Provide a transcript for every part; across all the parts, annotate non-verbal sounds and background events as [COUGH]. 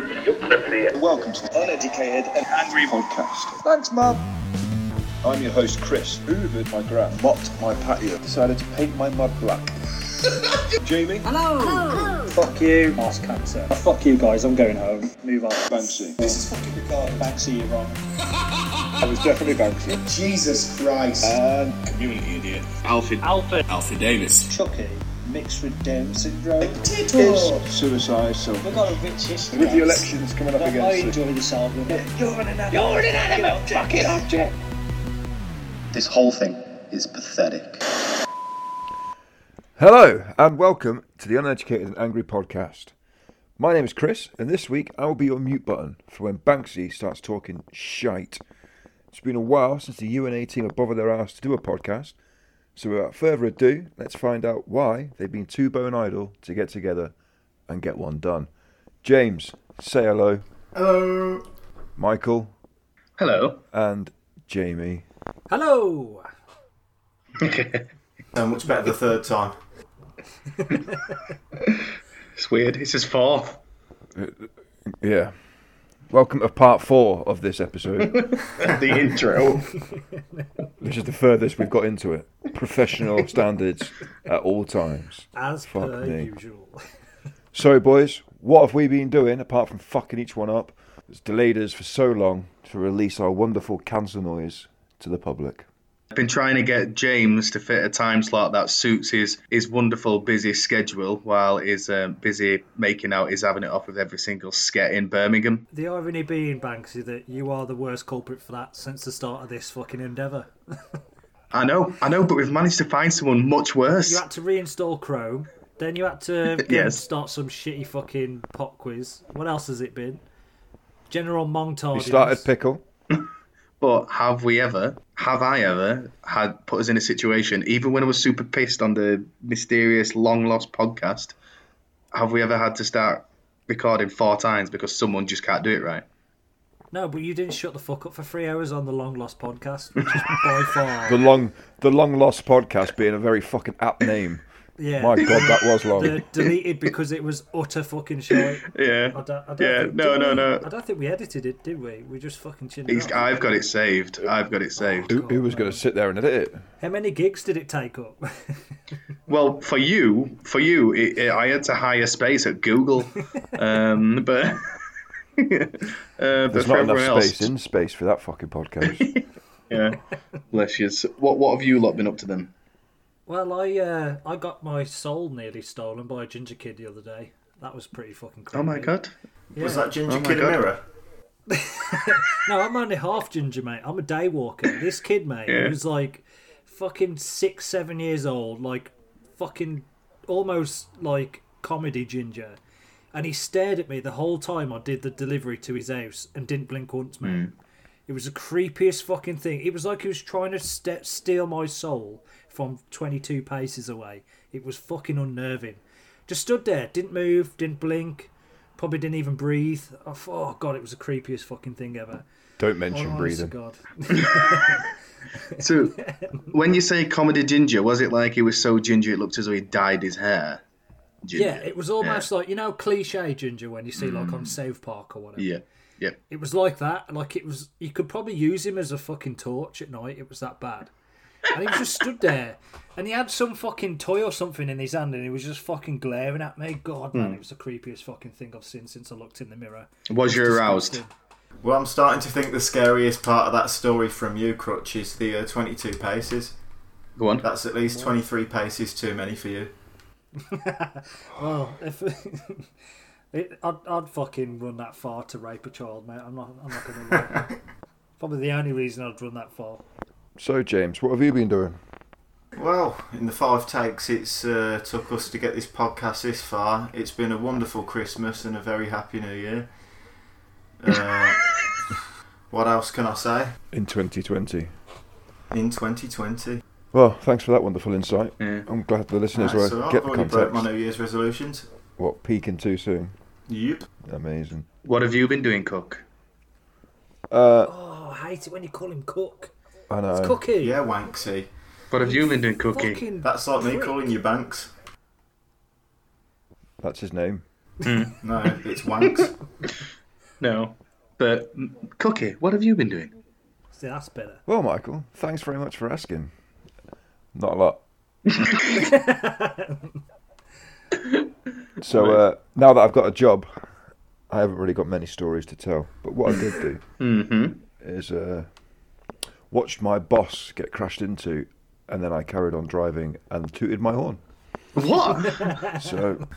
Welcome to the Uneducated and Angry Podcast. Thanks, Mum. I'm your host, Chris. Hoovered my ground, mopped my patio, decided to paint my mud black. [LAUGHS] Jamie, Fuck you. Ass cancer. Fuck you guys, I'm going home. Move on. Banksy. This is fucking retarded. Banksy, you're wrong. [LAUGHS] I was definitely Banksy. Jesus Christ. And Community idiot. Alfred. Alfred. Alfred Davis. Chucky. Mixed with Down syndrome. Tittle. suicide, so We've got a rich history. with the guys. elections coming up But I against it. enjoy this album. You're an animal. Fucking object. This whole thing is pathetic. Hello, and welcome to the Uneducated and Angry Podcast. My name is Chris, and this week I will be your mute button for when Banksy starts talking shite. It's been a while since the UNA team have bothered their ass to do a podcast, so without further ado, let's find out why they've been too bone idle to get together and get one done. James, say hello. Hello. Michael Hello. and Jamie. Hello. So much better the third time. [LAUGHS] It's weird. It's his fourth. Yeah. Welcome to part four of this episode. The intro. This is the furthest we've got into it. [LAUGHS] Professional standards at all times. As Fuck per me. usual. [LAUGHS] So, boys, what have we been doing apart from fucking each one up? It's delayed us for so long to release our wonderful cancer noise to the public. I've been trying to get James to fit a time slot that suits his, his wonderful busy schedule while he's um, busy making out he's having it off with every single sket in Birmingham. The irony being, Banksy, that you are the worst culprit for that since the start of this fucking endeavour. I know, I know, but we've managed to find someone much worse. You had to reinstall Chrome, then [LAUGHS] you had to go and Yes. start some shitty fucking pop quiz. What else has it been? General Montard. You started pickle. But have we ever, have I ever had put us in a situation, even when I was super pissed on the mysterious long lost podcast, have we ever had to start recording four times because someone just can't do it right? No, but you didn't shut the fuck up for three hours on the Long Lost podcast, which is by far. [LAUGHS] The long, the long lost podcast being a very fucking apt name. yeah. My God, that was [LAUGHS] the long. deleted because it was utter fucking shit. [LAUGHS] Yeah. I don't, I don't Yeah, think, no, did no, we? no. I don't think we edited it, did we? We just fucking chinned He's, it off. I've got it saved. I've got it saved. Who, who was going to sit there and edit it? How many gigs did it take up? [LAUGHS] Well, for you, for you, it, it, I had to hire space at [LAUGHS] Google, um, but [LAUGHS] uh, but There's for not enough everyone else, space in space for that fucking [LAUGHS] podcast. yeah. Bless you. What what have you lot been up to then? well, I uh, I got my soul nearly stolen by a ginger kid the other day. That was pretty fucking crazy. Oh my god. Was that Ginger Oh my Kid a God. mirror? No, I'm only half ginger, mate. I'm a day walker. This kid, mate, he was like fucking six, seven years old, like fucking almost like comedy ginger. And he stared at me the whole time I did the delivery to his house and didn't blink once, mate. It was the creepiest fucking thing. It was like he was trying to ste steal my soul from 22 paces away. It was fucking unnerving. Just stood there, didn't move, didn't blink, probably didn't even breathe. Oh, f- oh god, it was the creepiest fucking thing ever. Don't mention Honest to breathing. God. [LAUGHS] So, when you say comedy ginger, was it like he was so ginger it looked as though he dyed his hair? Ginger. Yeah, it was almost like you know cliche ginger when you see like on South Park or whatever. Mm. Yeah. Yeah. It was like that. Like it was. You could probably use him as a fucking torch at night. It was that bad. And he just stood there, and he had some fucking toy or something in his hand, and he was just fucking glaring at me. God, Mm. man, it was the creepiest fucking thing I've seen since I looked in the mirror. Was you aroused? Well, I'm starting to think the scariest part of that story from you, Crutch, is the uh, 22 paces. Go on. That's at least 23 paces too many for you. Well, Oh, if [LAUGHS] it, I'd, I'd fucking run that far to rape a child, mate. I'm not. I'm not gonna lie. [LAUGHS] Probably the only reason I'd run that far. So, James, what have you been doing? Well, in the five takes it's uh, took us to get this podcast this far, it's been a wonderful Christmas and a very happy New Year. Uh, what else can I say? In 2020. In 2020. Well, thanks for that wonderful insight. Yeah. I'm glad the listeners That's were all right, get the I've already broke my context. New Year's resolutions. What peaking too soon? Yep. Amazing. What have you been doing, Cook? Oh, I hate it when you call him cook. I know. It's cookie. Yeah, Wanksy. What have you been doing, Oh, Cookie? Fucking That's like me prick. calling you Banks. That's his name. No, [LAUGHS] it's wanks. No. But mm, Cookie, what have you been doing? See, that's better. Well, Michael, thanks very much for asking. Not a [LAUGHS] lot. so uh, now that I've got a job, I haven't really got many stories to tell. But what I did do Mm-hmm. is uh, watched my boss get crashed into, and then I carried on driving and tooted my horn. [LAUGHS] What? So.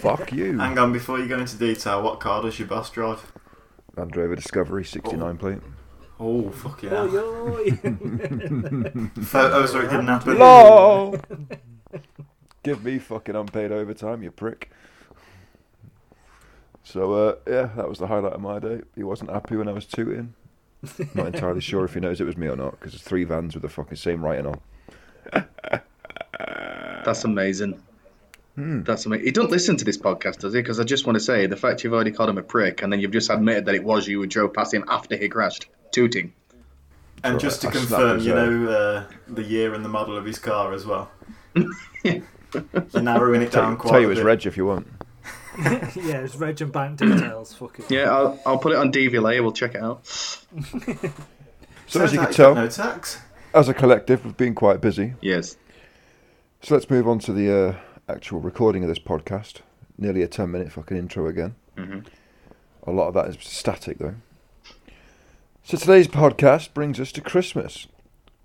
Fuck you, Hang on, before you go into detail, what car does your boss drive? Land Rover Discovery 69 plate. Oh, fucking Oh, hell. yoy. Photos where it didn't happen. Lol. Give me fucking unpaid overtime, you prick. So uh, yeah, that was the highlight of my day. He wasn't happy when I was tooting. Not entirely sure if he knows it was me or not, because it's three vans with the fucking same writing on. That's amazing. That's amazing. He doesn't listen to this podcast, does he? Because I just want to say the fact you've already called him a prick and then you've just admitted that it was you who drove past him after he crashed, tooting. And just to I snapped confirm, his you head. know uh, the year and the model of his car as well. [LAUGHS] You're narrowing it Tell, down quite tell you a it's bit. Reg if you want. [LAUGHS] yeah, it's Reg and Bank details. Fuck it. Yeah, I'll, I'll put it on DVLA. We'll check it out. So as you can tell, Turns out he's got No tax. as a collective, we've been quite busy. Yes. So let's move on to the uh, actual recording of this podcast. Nearly a 10 minute fucking intro again. A lot of that is static though. So today's podcast brings us to Christmas.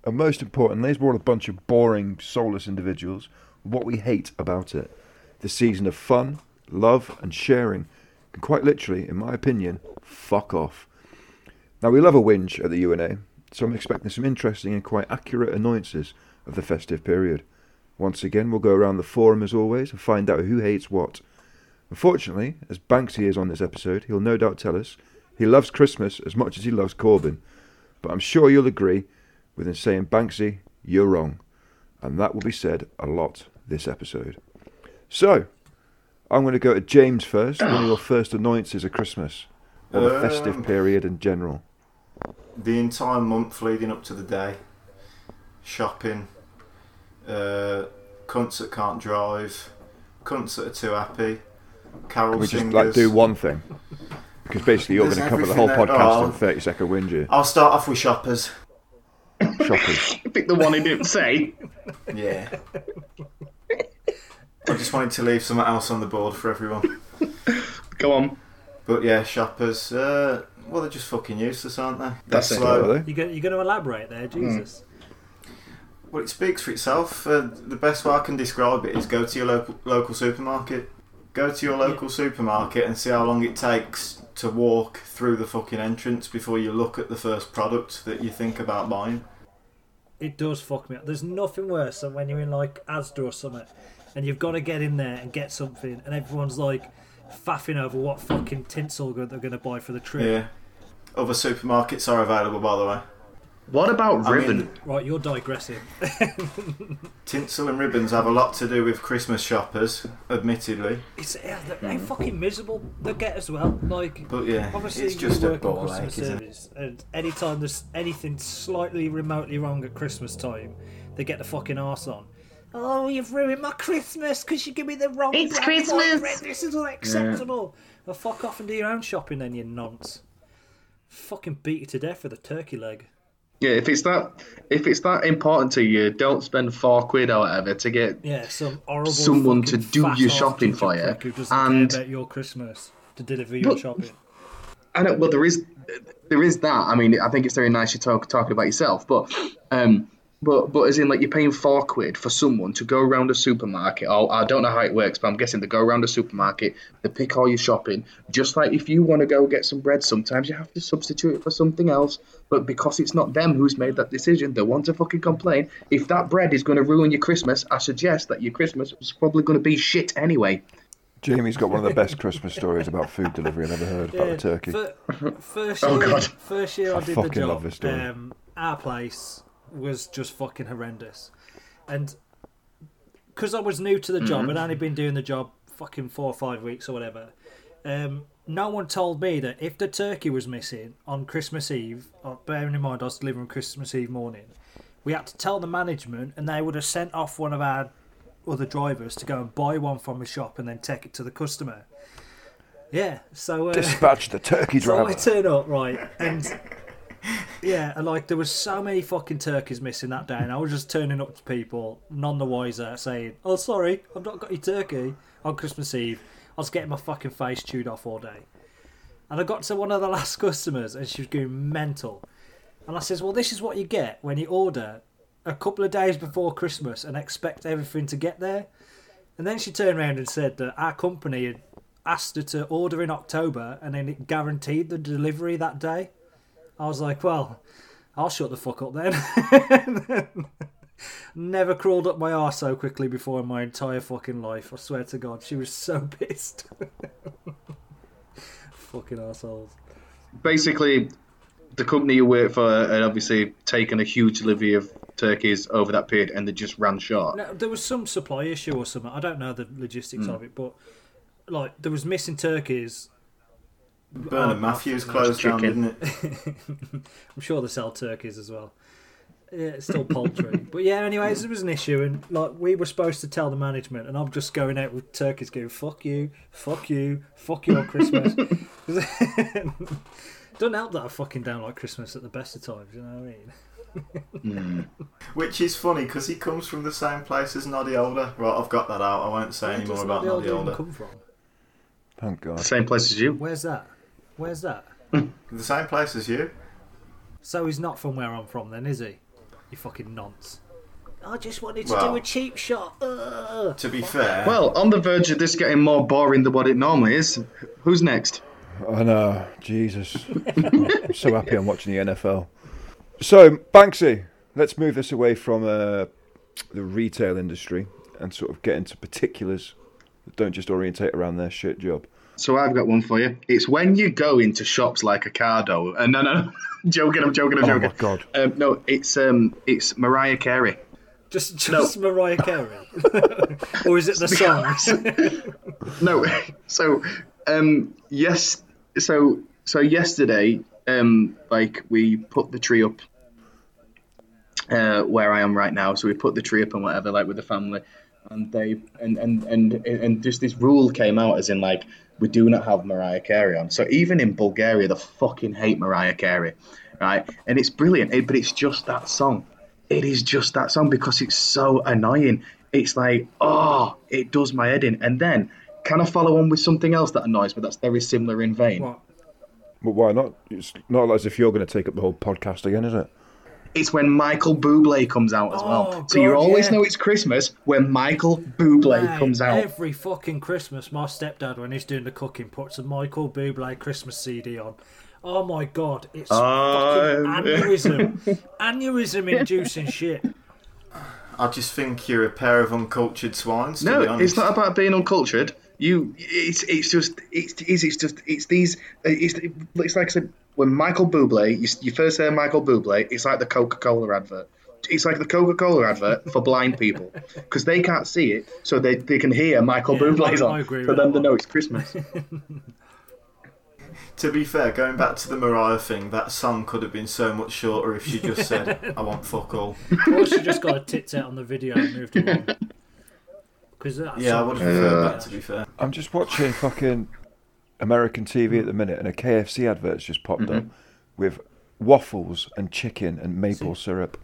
And most importantly, is we're all a bunch of boring, soulless individuals. What we hate about it. The season of fun, love, and sharing. And quite literally, in my opinion, fuck off. Now, we love a whinge at the UNA, so I'm expecting some interesting and quite accurate annoyances of the festive period. Once again, we'll go around the forum as always and find out who hates what. Unfortunately, as Banksy is on this episode, he'll no doubt tell us he loves Christmas as much as he loves Corbyn. But I'm sure you'll agree with him saying, Banksy, you're wrong. And that will be said a lot this episode. So, I'm going to go to James first. One of your first annoyances of Christmas or the festive Um, period in general. the entire month leading up to the day, shopping, uh, cunts that can't drive, cunts that are too happy, carol Can we just singers. like do one thing? Because basically, you're There's going to cover the whole everything there. podcast Oh. in 30 second wind you. I'll start off with shoppers. Shoppers. Pick the one he didn't [LAUGHS] say. Yeah. [LAUGHS] I just wanted to leave something else on the board for everyone. Go on. But yeah, shoppers. Uh, well, they're just fucking useless, aren't they? They're That's it. slow. Hello. You go, you're going to elaborate Hmm. there, Jesus. Well, it speaks for itself. Uh, the best way I can describe it is go to your local, local supermarket. Go to your local supermarket and see how long it takes to walk through the fucking entrance before you look at the first product that you think about buying. It does fuck me up. There's nothing worse than when you're in like Asda or something and you've got to get in there and get something and everyone's like faffing over what fucking tinsel go- they're going to buy for the trip. Yeah. Other supermarkets are available, by the way. What about I mean- ribbon? Right, you're digressing. Tinsel and ribbons have a lot to do with Christmas shoppers, admittedly. It's yeah, they're, Mm-hmm. they're fucking miserable. They get as well. Like, But yeah, obviously it's you just a work in ball customer ache, isn't it? service, and anytime there's anything slightly remotely wrong at Christmas time, they get the fucking arse on. Oh, you've ruined my Christmas because you give me the wrong. It's brand of Christmas." bread. This is unacceptable. Well, fuck off and do your own shopping then, you nonce. Fucking beat you to death with a turkey leg. Yeah, if it's that if it's that important to you, don't spend four quid or whatever to get Yeah, some horrible. Someone to fucking do fat your ass shopping for ginger you, prick Who doesn't and- care about your Christmas to deliver your But- shopping? I know. Well, there is, there is that. I mean, I think it's very nice you talk talking about yourself, but, um, but but as in like you're paying four quid for someone to go around a supermarket. Or I don't know how it works, but I'm guessing they go around a supermarket, they pick all your shopping. Just like if you want to go get some bread, sometimes you have to substitute it for something else. But because it's not them who's made that decision, they want to fucking complain. If that bread is going to ruin your Christmas, I suggest that your Christmas is probably going to be shit anyway. Jamie's got one of the best Christmas stories about food delivery I've ever heard about the turkey. [LAUGHS] Fir- first year, Oh, God. first year I, I did the fucking job. love this story. Um, our place was just fucking horrendous, and because I was new to the job, Mm-hmm. I'd only been doing the job fucking four or five weeks or whatever. Um, no one told me that if the turkey was missing on Christmas Eve, uh, bearing in mind I was delivering Christmas Eve morning, we had to tell the management, and they would have sent off one of our other drivers to go and buy one from a shop and then take it to the customer. Yeah, so uh, Dispatch the turkey so I driver. turn up right, and yeah, and like there was so many fucking turkeys missing that day, and I was just turning up to people, none the wiser, saying, "Oh, sorry, I've not got your turkey on Christmas Eve." I was getting my fucking face chewed off all day, and I got to one of the [LAUGHS] last customers, and she was going mental, and I says, "Well, this is what you get when you order." A couple of days before Christmas, and expect everything to get there. And then she turned around and said that our company had asked her to order in October and then it guaranteed the delivery that day. I was like, well, I'll shut the fuck up then. [LAUGHS] Never crawled up my arse so quickly before in my entire fucking life. I swear to God, she was so [LAUGHS] pissed. fucking assholes. basically the company you work for had obviously taken a huge delivery of turkeys over that period and they just ran short. No, there was some supply issue or something. I don't know the logistics of it, but like there was missing turkeys. Bernard Matthews closed down, chicken. didn't it? I'm sure they sell turkeys as well. Yeah, it's still [LAUGHS] poultry. but yeah, anyways, there was an issue, and like we were supposed to tell the management, and I'm just going out with turkeys, going "fuck you, fuck you, fuck you on [LAUGHS] Christmas." 'Cause- Doesn't help that I fucking don't like Christmas at the best of times. You know what I mean? Which is funny because he comes from the same place as Noddy Older. Right, I've got that out. I won't say any more Doesn't about the old Noddy even Older. come from? Thank God. Same place as you. Where's that? Where's that? The same place as you. So he's not from where I'm from, then, is he? You fucking nonce. I just wanted to Well- do a cheap shot. Ugh. To be fair, Well, on the verge of this getting more boring than what it normally is. Who's next? I know. Jesus. I'm so happy I'm watching the NFL. So, Banksy, let's move this away from uh, the retail industry and sort of get into particulars that don't just orientate around their shit job. So I've got one for you. It's when you go into shops like Ocado. Uh, no, no, no. [LAUGHS] joking. I'm joking. I'm Oh, joking. my God. Um, no, it's um, it's Mariah Carey. Just, just Mariah Carey, [LAUGHS] or is [LAUGHS] it the songs? [LAUGHS] No, so um, yes, so so yesterday, um, like we put the tree up uh, where I am right now. So we put the tree up and whatever, like with the family, and they and and and and just this rule came out as in like we do not have Mariah Carey on. So even in Bulgaria, they fucking hate Mariah Carey, right? And it's brilliant, it, but it's just that song. It is just that song because it's so annoying. It's like oh, it does my head in. And then can I follow on with something else that annoys me? That's very similar in vein. What? But why not? It's not as if you're going to take up the whole podcast again, is it? It's when Michael Bublé comes out as Oh, well. So you God, always yeah. know it's Christmas when Michael Bublé Mate, comes out. every fucking Christmas. My stepdad, when he's doing the cooking, puts a Michael Bublé Christmas CD on. Oh my god, it's fucking I'm- [LAUGHS] aneurysm, aneurysm inducing shit. I just think you're a pair of uncultured swines. To No, be honest. it's not about being uncultured. You, it's it's just it's it's, it's just it's these it's it's like I said when Michael Bublé you, you first hear Michael Bublé, it's like the Coca Cola advert. It's like the Coca Cola advert for blind people because they can't see it, so they, they can hear Michael Yeah, Bublé's I- I on. agree so with then they that one. know it's Christmas. To be fair, going back to the Mariah thing, that song could have been so much shorter if she [LAUGHS] just said, "I want fuck all." Or she just got her tits out on the video and moved along. Because Yeah, I would have preferred that. Uh, To be fair, I'm just watching fucking American TV at the minute, and a KFC advert's just popped up with waffles and chicken and maple syrup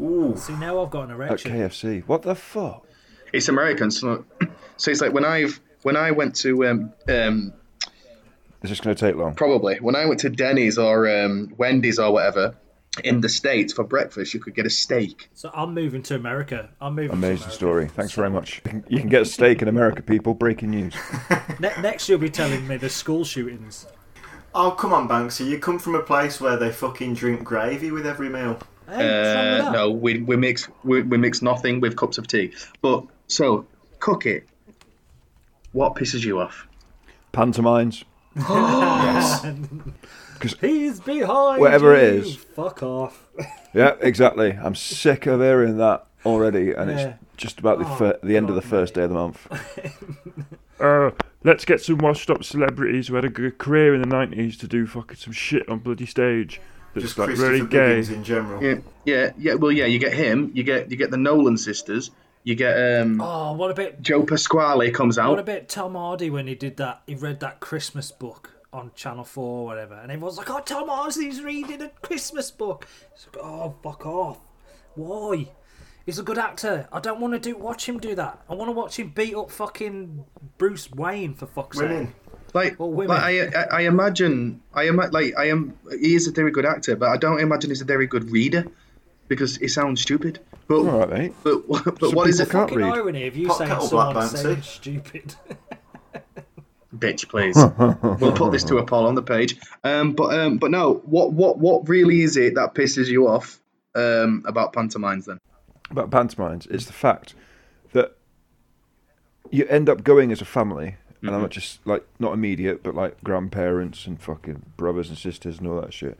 ooh, See, now I've got an at erection. KFC. What the fuck? it's American, so [CLEARS THROAT] so it's like when I've when I went to um, um, Is this going to take long? probably when I went to Denny's or um, Wendy's or whatever in the states for breakfast, you could get a steak. So I'm moving to America. I'm moving. to Amazing America. story. Thanks very much. You can get a steak in America, people. Breaking news. Ne- next, you'll be telling me the school shootings. oh come on, Banksy, you come from a place where they fucking drink gravy with every meal. Hey, what's wrong with Uh, that? no, we, we mix we, we mix nothing with cups of tea. But so cook it. What pisses you off? Pantomimes. He's behind. Whatever you. it is. Fuck off. Yeah, exactly. I'm sick of hearing that already, and Yeah. it's just about the, fir- the end of the first day of the month. uh, let's get some washed up celebrities who had a good career in the 90s to do fucking some shit on bloody stage that's Just like Christopher really gay. Biggins in general. Yeah, yeah, yeah. Well, yeah, you get him. You get you get the Nolan sisters. You get um, Oh, what about Joe Pasquale comes what out. about Tom Hardy when he did that? He read that Christmas book on Channel Four or whatever, and everyone's like, "Oh, Tom Hardy's reading a Christmas book." It's like, "Oh, fuck off! Why?" He's a good actor. I don't want to do watch him do that. I want to watch him beat up fucking Bruce Wayne for fuck's sake. Women. Like, Or women. like I, I, I imagine, I am like, I am. He is a very good actor, but I don't imagine he's a very good reader because he sounds stupid. But Oh. All right, mate. but, but [LAUGHS] Some what is it? people Fucking read. irony if you Pot say kettle black, someone saying Banksy. stupid. [LAUGHS] bitch, please. we'll put this to a poll on the page. Um, but um, but no, what what what really is it that pisses you off um, about pantomimes then? about pantomimes is the fact that you end up going as a family, and I'm not just like not immediate, but like grandparents and fucking brothers and sisters and all that shit.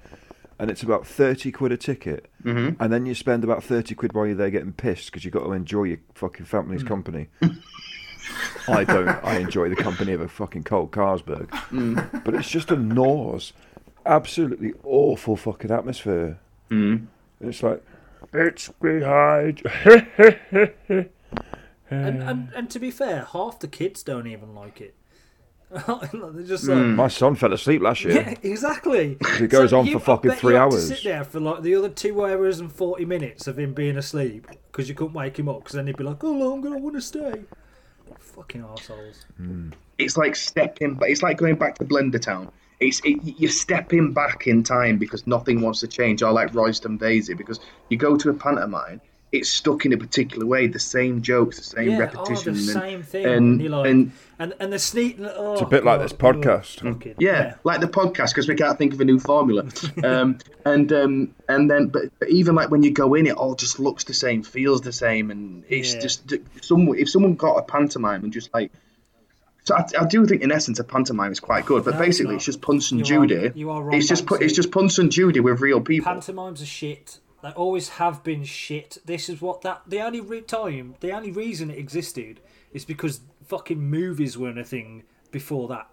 And it's about thirty quid a ticket, mm-hmm. and then you spend about thirty quid while you're there getting pissed because you got to enjoy your fucking family's [LAUGHS] company. I don't. I enjoy the company of a fucking cold Carlsberg, but it's just a nause. Absolutely awful fucking atmosphere. Mm. It's like It's behind. [LAUGHS] and, and and to be fair, half the kids don't even like it. [LAUGHS] They're Hmm. just like, my son fell asleep last year. Yeah, [LAUGHS] exactly. [LAUGHS] it goes on for you- I fucking bet three you had to hours. sit there for like the other two hours and forty minutes of him being asleep because you couldn't wake him up. Because then he'd be like, "Oh, no, I'm gonna want to stay." Fucking assholes. It's like stepping, but it's like going back to Blender Town. It's it, you're stepping back in time because nothing wants to change. Or like Royston Daisy, because you go to a pantomime, it's stuck in a particular way, the same jokes, the same Yeah, oh, repetition, the and- same thing. and- And, you're like, and- and and, the sneak. Oh, It's a bit like God, this podcast. oh, fucking- Yeah, like the podcast because we can't think of a new formula. [LAUGHS] Um, and um, and then, but, but even like when you go in, it all just looks the same, feels the same, and it's Yeah. just someone. If someone got a pantomime and just like, so I, I do think in essence a pantomime is quite good, but No, it's basically not. it's just Punch and You are- Judy. you are wrong, It's just pu- Banksy. it's just Punch and Judy with real people. Pantomimes are shit. They always have been shit. This is what that the only re- time, the only reason it existed is because fucking movies weren't a thing before that.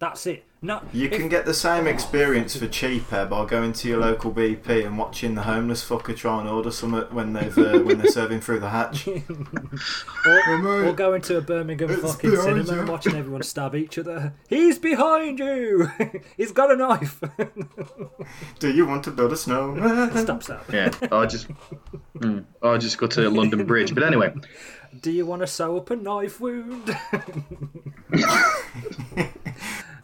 That's it. No, You if- can get the same experience for cheaper by going to your local BP and watching the homeless fucker try and order some when they've uh, when they're serving through the [LAUGHS] hatch. Or, or going to a Birmingham It's fucking behind cinema you. and watching everyone stab each other. He's behind you! [LAUGHS] He's got a knife! [LAUGHS] Do you want to build a snowman? Stop, stop. Yeah, I [LAUGHS] just, mm, I just go to London Bridge. But anyway, Do you want to sew up a knife wound? [LAUGHS]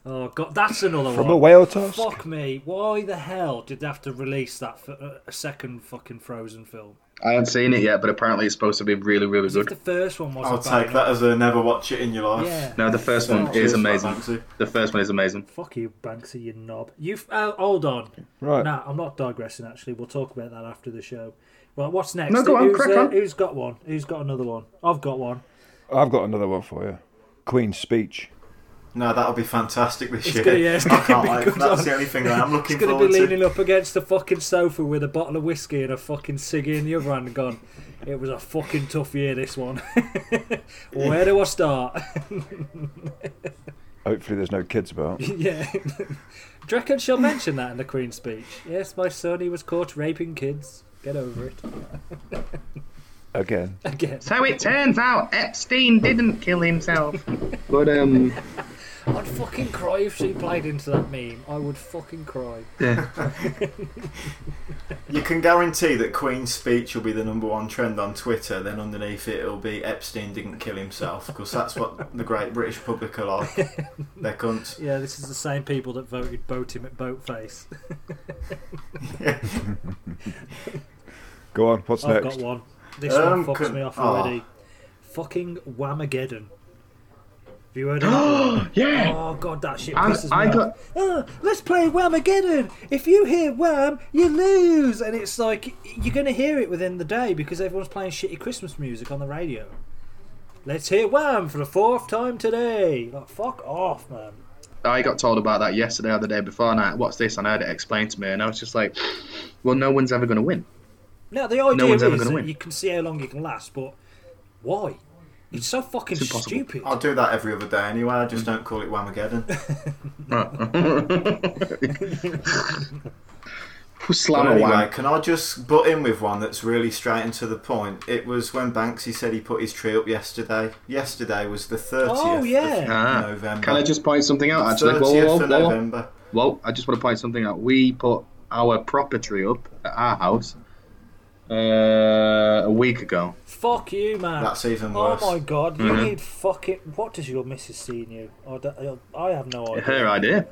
oh, God, that's another From a one. whale tusk? Fuck me. Why the hell did they have to release that for a- a second fucking Frozen film? I haven't seen it yet, but apparently it's supposed to be really, really As if the good. first one [LAUGHS] wasn't I'll bad take that enough. as a never watch it in your life. Yeah. No, the first one is Cheers for that, amazing. Banksy. The first one is amazing. Fuck you, Banksy, you knob. You uh, hold on. Right. Nah, I'm not digressing. Actually, we'll talk about that after the show. Right, what's next? No, go on, who's, uh, crack on. who's got one? Who's got another one? I've [LAUGHS] got one. I've got another one for you. Queen's speech. No, that'll be fantastic this It's year. gonna- yeah, [LAUGHS] it's I gonna can't be wait. good That's on- the only thing that I'm He's looking going to forward be leaning to. up against the fucking sofa with a bottle of whiskey and a fucking ciggy in the other hand, gone. It was a fucking tough year, this one. [LAUGHS] Where do I start? [LAUGHS] Hopefully, there's no kids about. yeah. Do you reckon she'll mention that in the Queen's speech? Yes, my son, he was caught raping kids. Get over it. [LAUGHS] Again. Again. So it turns out Epstein didn't kill himself. [LAUGHS] but um, [GASPS] I'd fucking cry if she played into that meme. I would fucking cry. You can guarantee that Queen's speech will be the number one trend on Twitter. Then underneath it, it'll be Epstein didn't kill himself because that's what the great British public are [LAUGHS] like. They're cunts. Yeah, this is the same people that voted Boat him at Boatface. Go on, what's [LAUGHS] I've next? got one. This Um, one fucks can- me off aw. already. Fucking Whamageddon. Have you heard of [GASPS] that? yeah. oh god, that shit I- pisses me I off. got- Oh, let's play Whamageddon. If you hear Wham, you lose, and it's like you're gonna hear it within the day because everyone's playing shitty Christmas music on the radio. Let's hear Wham for the fourth time today. Like fuck off, man. I got told about that yesterday or the day before, and I what's this? And I had it explained to me, and I was just like, well, no one's ever going to win. No, the idea one's is ever that gonna win. you can see how long you can last, but why? It's so fucking It's impossible. stupid. I'll do that every other day anyway. I Mm. just don't [LAUGHS] call it Whamageddon. Slam But away. anyway, can I just butt in with one that's really straight and to the point? It was when Banksy said he put his tree up yesterday. Yesterday was the 30th Oh, yeah. of Ah. November. Can I just point something out, actually? 30th Whoa, whoa, whoa, of whoa. November. Well, I just want to point something out. We put our proper tree up at our house uh, a week ago. Fuck you, man. That's even Oh worse. my god, you Mhm. need fucking. What does your missus see in you? I, don't- I have no idea. Her idea.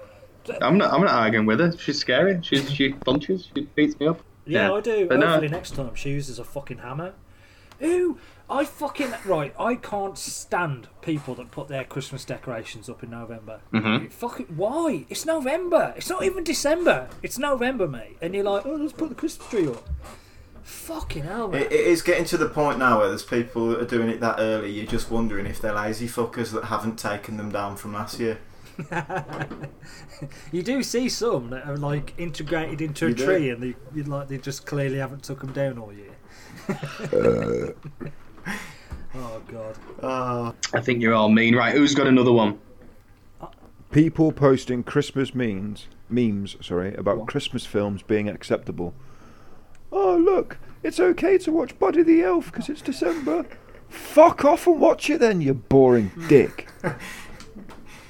I'm not. I'm not arguing with her. She's scary. She's she punches. She beats me up. Yeah, Yeah, I do. but no- Hopefully next time she uses a fucking hammer. Ooh, I fucking right. I can't stand people that put their Christmas decorations up in November. Mm-hmm. You Fucking why? It's November. It's not even December. It's November, mate. And you're like, oh, let's put the Christmas tree up. Fucking hell, mate. It, it is getting to the point now where there's people that are doing it that early. You're just wondering if they're lazy fuckers that haven't taken them down from last year. [LAUGHS] You do see some that are like integrated into a You do. tree, and they you like they just clearly haven't took them down all year. Uh. [LAUGHS] oh god. Oh, I think you're all mean, right? Who's got another one? People posting Christmas memes, memes, sorry, about Christmas films being acceptable. Oh look, it's okay to watch Buddy the Elf because it's December. Fuck off and watch it then, you boring dick.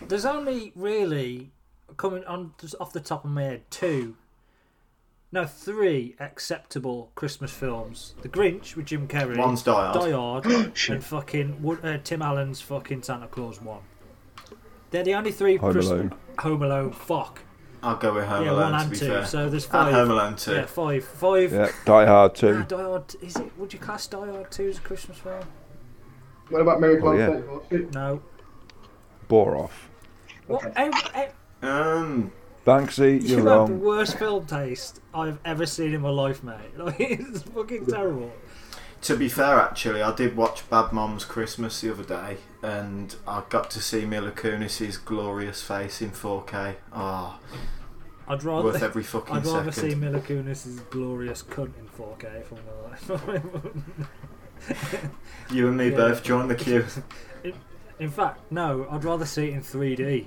There's only really coming on just off the top of my head two, no three acceptable Christmas films: The Grinch with Jim Carrey, one's Die Hard. Die [GASPS] Hard, Shit. and fucking Wood- uh, Tim Allen's fucking Santa Claus one. They're the only three. Home Christmas- Alone. Home Alone. Fuck. I'll go with Home Yeah, Alone one to and be two. fair. So there's five. and Home Alone too. Yeah, five. Five. Yeah, Die Hard Ah, too. Die Hard. Is it? Would you class Die Hard two as a Christmas film? What about Mary Oh, Clark? yeah. No. Bore off. What? ev- ev- Um, Banksy, you you're have the wrong. worst film taste I've ever seen in my life, mate. [LAUGHS] Like, it's fucking terrible. To be fair, actually, I did watch Bad Mom's Christmas the other day, and I got to see Mila Kunis's glorious face in 4K. Ah, I'd worth rather. every fucking I'd rather see second. Mila Kunis's glorious cunt in 4K from the You and me Yeah. both join the [LAUGHS] queue. [LAUGHS] In fact, no, I'd rather see it in 3D.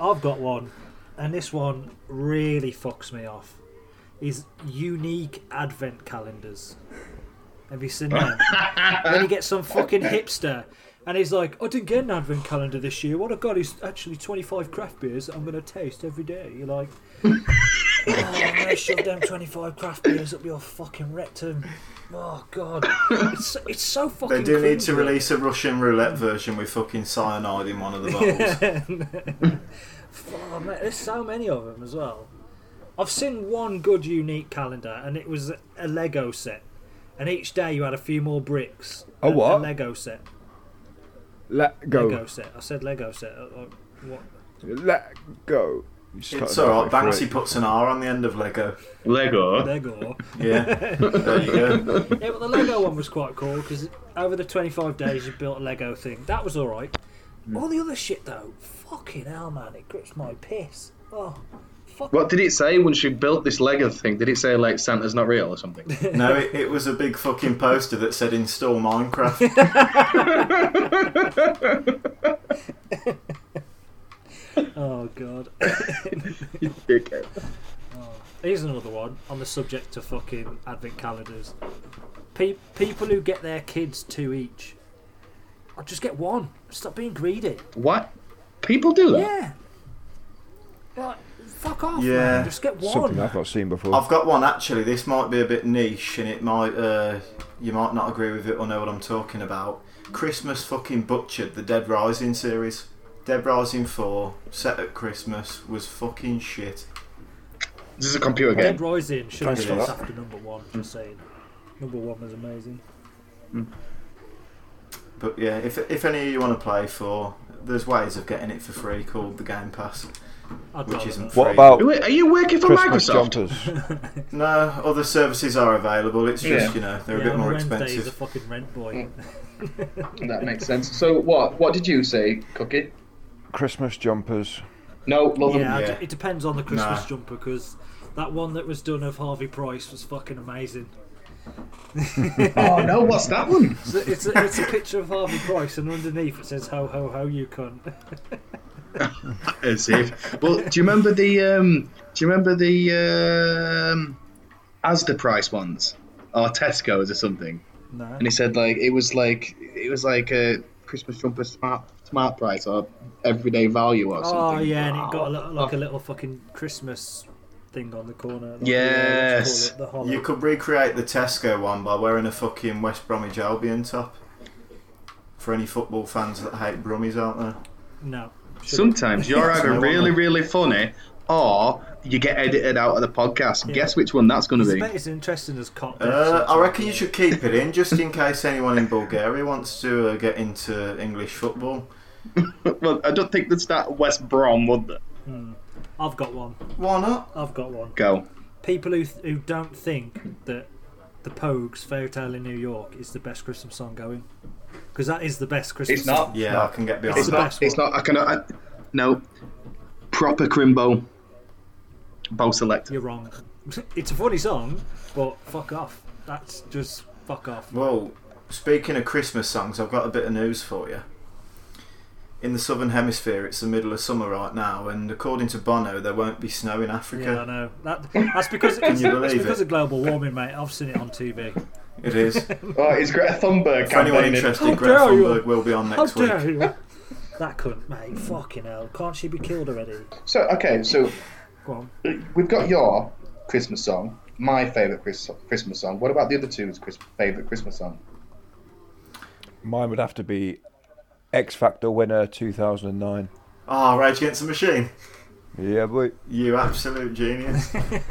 I've got one, and this one really fucks me off. Is unique advent calendars. Have you [LAUGHS] seen them? then you get some fucking hipster, and he's like, "I didn't get an advent calendar this year. What I got is actually twenty-five craft beers that I'm going to taste every day." You're like, "Oh, I'm going to shove them twenty-five craft beers up your fucking rectum." Oh god, it's it's so fucking. They do need to cringy. release a Russian roulette version with fucking cyanide in one of [LAUGHS] the bottles. Oh, mate, there's so many of them as well. I've seen one good unique calendar, and it was a Lego set, and each day you had a few more bricks. A what? Oh. Lego set. Let Lego go. set. I said Lego set. Uh, uh, what? Let go. You it's started alright, halfway Banksy through. puts an R on the end of [LAUGHS] Lego. Lego. Lego. Yeah, there you go. yeah, but the Lego one was quite cool because over the 25 days you built a Lego thing. That was all right. All the other shit though, fucking hell, man, it grips my piss. Oh, fuck. What did it say when she built this Lego thing? Did it say like Santa's not real or something? [LAUGHS] No, it, it was a big fucking poster that said install Minecraft. Oh god. Dickhead. Here's another one on the subject of fucking advent calendars. Pe- people who get their kids two each. I just get one. Stop being greedy. what? People do Oh. that? Yeah. Like, fuck off. Yeah. Man. Just get one. Something I've not seen before. I've got one actually. This might be a bit niche, and it might uh, you might not agree with it or know what I'm talking about. Christmas fucking butchered the Dead Rising series. Dead Rising Four, set at Christmas, was fucking shit. This is a computer Dead game. Rising should have Thanks for stopped that. after number one. Just saying. Number one was amazing. But yeah, if if any of you want to play for, there's ways of getting it for free called the Game Pass, I'd which rather isn't not. free. what about Wait, are you working for Christmas Microsoft? [LAUGHS] jumpers? No, other services are available. It's just Yeah. you know they're yeah, a bit on more Wednesday he's a expensive. Mm. fucking rent boy. That makes sense. So what? What did you say, Cookie? Christmas jumpers. No, love them. yeah, I d- yeah. it depends on the Christmas Nah. jumper because that one that was done of Harvey Price was fucking amazing. Oh no, what's that one? It's a, it's a, it's a picture of Harvey Price, and underneath it says "Ho ho ho, you cunt." As if. Well, do you remember the um, do you remember the um, Asda price ones or Tesco's or something? No. And he said like it was like it was like a Christmas jumper smart smart price or everyday value or something. Oh yeah, and it got a little, like a little fucking Christmas thing on the corner. Like, Yes. uh, what do you call it? You The hollow. could recreate the Tesco one by wearing a fucking West Bromwich Albion top. For any football fans that hate Brummies out there. No. Sometimes [LAUGHS] you're either Someone- really really funny or you get edited out of the podcast. Guess which one that's going to It's be. about as interesting as cock. Uh, I reckon you should keep it in just in case anyone in Bulgaria wants to uh, get into English football. [LAUGHS] well, I don't think that's that West Brom would they? I've got one. Why not? I've got one. go. People who th- who don't think that the Pogues' "Fairy Tale in New York" is the best Christmas song going, because that is the best Christmas. It's not. Song. Yeah, I can get behind It's the that. not. best It's one. not. I cannot. I, no. Proper crimbo. Bow select. You're wrong. [LAUGHS] it's a funny song, but fuck off. That's just fuck off. Well, speaking of Christmas songs, I've got a bit of news for you. In the southern hemisphere, it's the middle of summer right now, and according to Bono, there won't be snow in Africa. Yeah, I know. That, that's because it's, you believe because it? of global warming, mate. I've seen it on TV. It [LAUGHS] is. Oh, it's Greta Thunberg For anyone campaigning. interested, How Greta dare you. Thunberg will be on How next week. dare you? That cunt, mate. Fucking hell. Can't she be killed already? So okay, so Go on. we've got your Christmas song, my favorite Chris, Christmas song. What about the other two's Chris, favorite Christmas song? Mine would have to be X Factor winner 2009. Ah, Rage Against the Machine. Yeah, boy. You absolute genius. X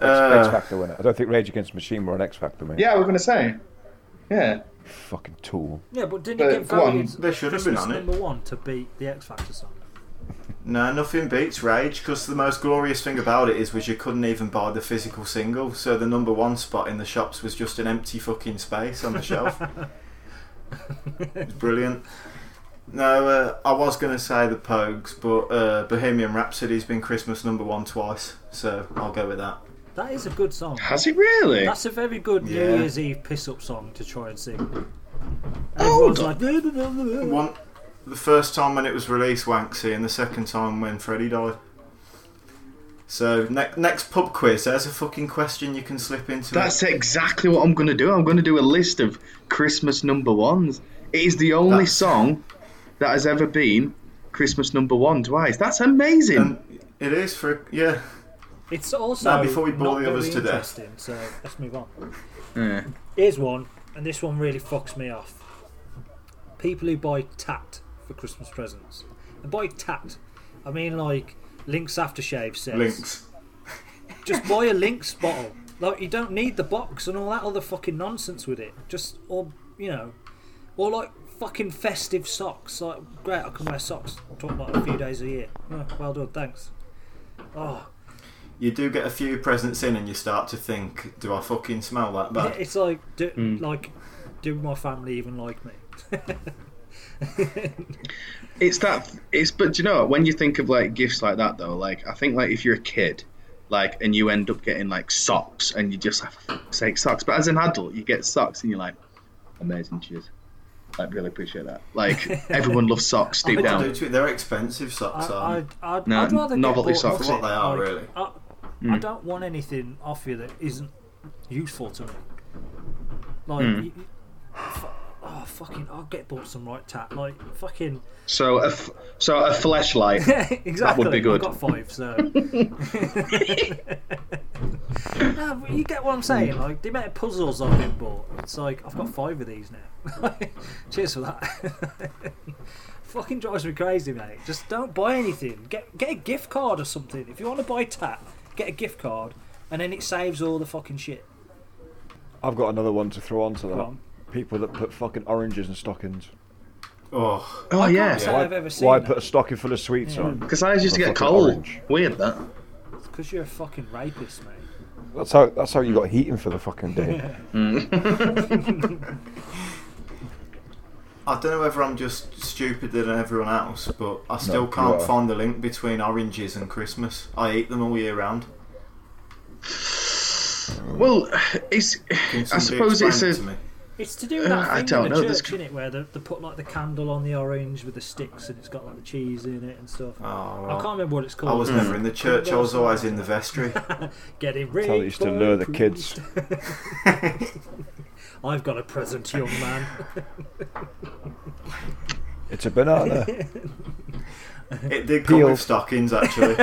uh, Factor winner. I don't think Rage Against the Machine were on X Factor, mate. Yeah, we're gonna say. Yeah. Fucking tool. Yeah, but didn't But it get go on, voted they should have been Christmas on it. number one to beat the X Factor song? no, nothing beats Rage because the most glorious thing about it is was you couldn't even buy the physical single, so the number one spot in the shops was just an empty fucking space on the shelf. It's brilliant. No, uh, I was going to say the Pogues, but uh, Bohemian Rhapsody's been Christmas number one twice, so I'll go with that. That is a good song. Has it really? That's a very good Yeah. New Year's Eve piss up song to try and sing. Everyone's like, "Blah, blah, blah, blah." One, the first time when it was released, Wanksy, and the second time when Freddie died. So ne- next pub quiz, there's a fucking question you can slip into. That's exactly what I'm gonna do. I'm gonna do a list of Christmas number ones. It is the only That's- song that has ever been Christmas number one twice. That's amazing. and it is for yeah. it's also Now, before we bore not the others very to death. interesting, so let's move on. Yeah. Here's one, and this one really fucks me off. People who buy tat for Christmas presents. And by tat, I mean like Lynx aftershave sets. Links. [LAUGHS] Just buy a Lynx bottle. Like you don't need the box and all that other fucking nonsense with it. Just or you know, or like fucking festive socks. Like great, I can wear socks. Talk about a few days a year. Oh, well done, thanks. Oh, You do get a few presents in, and you start to think, do I fucking smell that Yeah, bad? it's like do, Hmm. like do my family even like me? It's that. It's but do you know what? when you think of like gifts like that though, like I think like if you're a kid, like and you end up getting like socks and you just like for fuck's sake socks. But as an adult, you get socks and you're like, amazing, cheers. I really appreciate that. Like everyone loves socks deep What to do down. to it? They're expensive socks, [LAUGHS] I, are I'd, I'd, No, I'd rather novelty Hmm. get bought socks. For um, what they are, really. I, I don't want anything off you that isn't useful to me. Like, Hmm. you, you- fu- oh fucking, I'll get bought some right tat. Like fucking, So a f- so a flashlight. [LAUGHS] exactly. be good. I've got five, [LAUGHS] so. [LAUGHS] no, but you get what I'm saying. Like the amount of puzzles I've been bought, it's like I've got five of these now. [LAUGHS] Cheers for that. [LAUGHS] Fucking drives me crazy, mate. Just don't buy anything. Get get a gift card or something. If you want to buy tat, get a gift card, and then it saves all the fucking shit. I've got another one to throw onto that. on. People that put fucking oranges in stockings. Oh, oh Can't say yeah, I've ever seen Why put a stocking full of sweets on? because I used to Or get fucking cold. orange. Weird that. Because you're a fucking rapist, mate. That's how that's how you got heating for the fucking [LAUGHS] day. I don't know whether I'm just stupider than everyone else, but I still you can't are. find the link between oranges and Christmas. I eat them all year round. Well, it's Can I [SIGHS] somebody suppose explain it's it a to me? It's to do with that Uh, I thing don't in the know, church, this isn't it, where they, they put like the candle on the orange with the sticks and it's got like the cheese in it and stuff. Oh, I right. can't remember what it's I called. Mm. was never in the church. I was always in [LAUGHS] the vestry. Getting rich. Tell it used to boy, lure the kids. I've got a present, young man. [LAUGHS] It's a [LAUGHS] banana. It did come Peel. with [LAUGHS] stockings actually.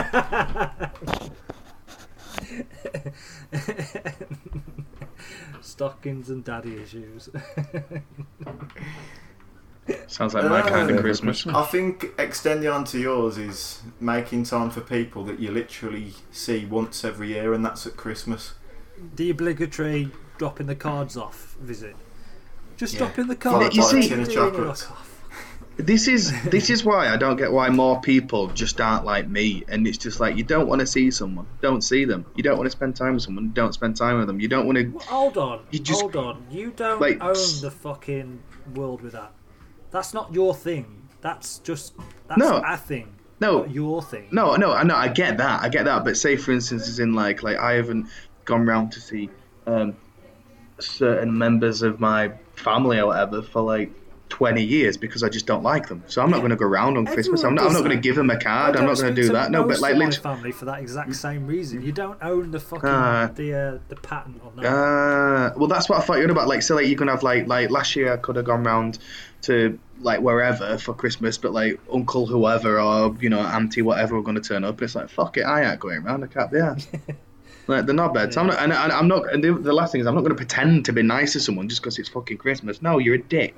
Stockings and daddy issues. [LAUGHS] Sounds like my kind of Uh, Christmas. I think extending on to yours is making time for people that you literally see once every year, and that's at Christmas. the obligatory dropping the cards off visit. Just Yeah. dropping the Followed cards. by off. a What tin of are you doing? chocolates. Like, oh, This is this is why I don't get why more people just aren't like me, and it's just like you don't want to see someone, don't see them. You don't want to spend time with someone, don't spend time with them. You don't want to. Well, Hold on, You just- hold on. You don't like, own s- the fucking world with that. That's not your thing. That's just that's No. a thing. No. not your thing. No, no, I know, I get that, I get that. But say for instance, it's in like like I haven't gone round to see um, certain members of my family or whatever for like. 20 years because I just don't like them. So I'm not going to go round on Christmas. I'm Everyone not, I'm does not going to that. give them a I card. I'm don't not going speak to do that. No, but most like, of my lit- family for that exact same reason. You don't own the fucking Uh, the uh, the pattern on that. Uh, well, that's what I thought you were about. Like, so like you can have like like last year I could have gone round to like wherever for Christmas, but like uncle whoever or you know auntie whatever were going to turn up, and it's like fuck it, I ain't going round. I can't be asked. like they're not bad. So I'm not, and, and I'm not. And the, the last thing is I'm not going to pretend to be nice to someone just because it's fucking Christmas. No, you're a dick.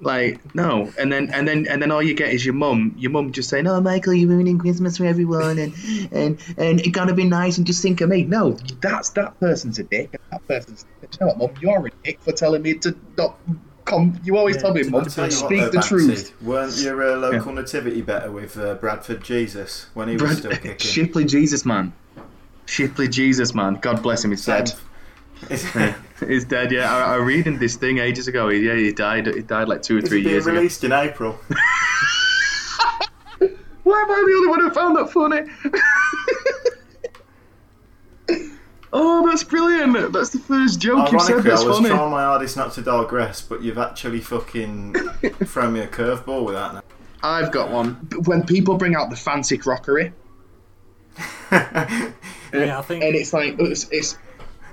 like no, and then and then and then all you get is your mum. Your mum just saying, "Oh, Michael, you're ruining Christmas for everyone," and and and it gotta be nice and just think of me. No, that's that person's a dick. That person's. You know what, mum? You're a dick for telling me to not come. You always Yeah, tell me, to- mum, to Tell you what, speak though, the Banksy, truth. Weren't your uh, local nativity better with uh, Bradford Jesus when he [LAUGHS] was still Brad, kicking? Shipley Jesus man. Shipley Jesus man. God bless him. He's Same. [LAUGHS] dead. He's dead. Yeah, I, I read in this thing ages ago. He, yeah, he died. He died like two or It's three being years ago. released [LAUGHS] in April. Why am I the only one who found that funny? oh, that's brilliant! That's the first joke you said. Ironically, I That's was funny. trying my hardest not to digress, but you've [LAUGHS] actually fucking thrown me a curveball with that now. I've got one. When people bring out the fancy crockery, [LAUGHS] yeah, I think and it's like it's it's,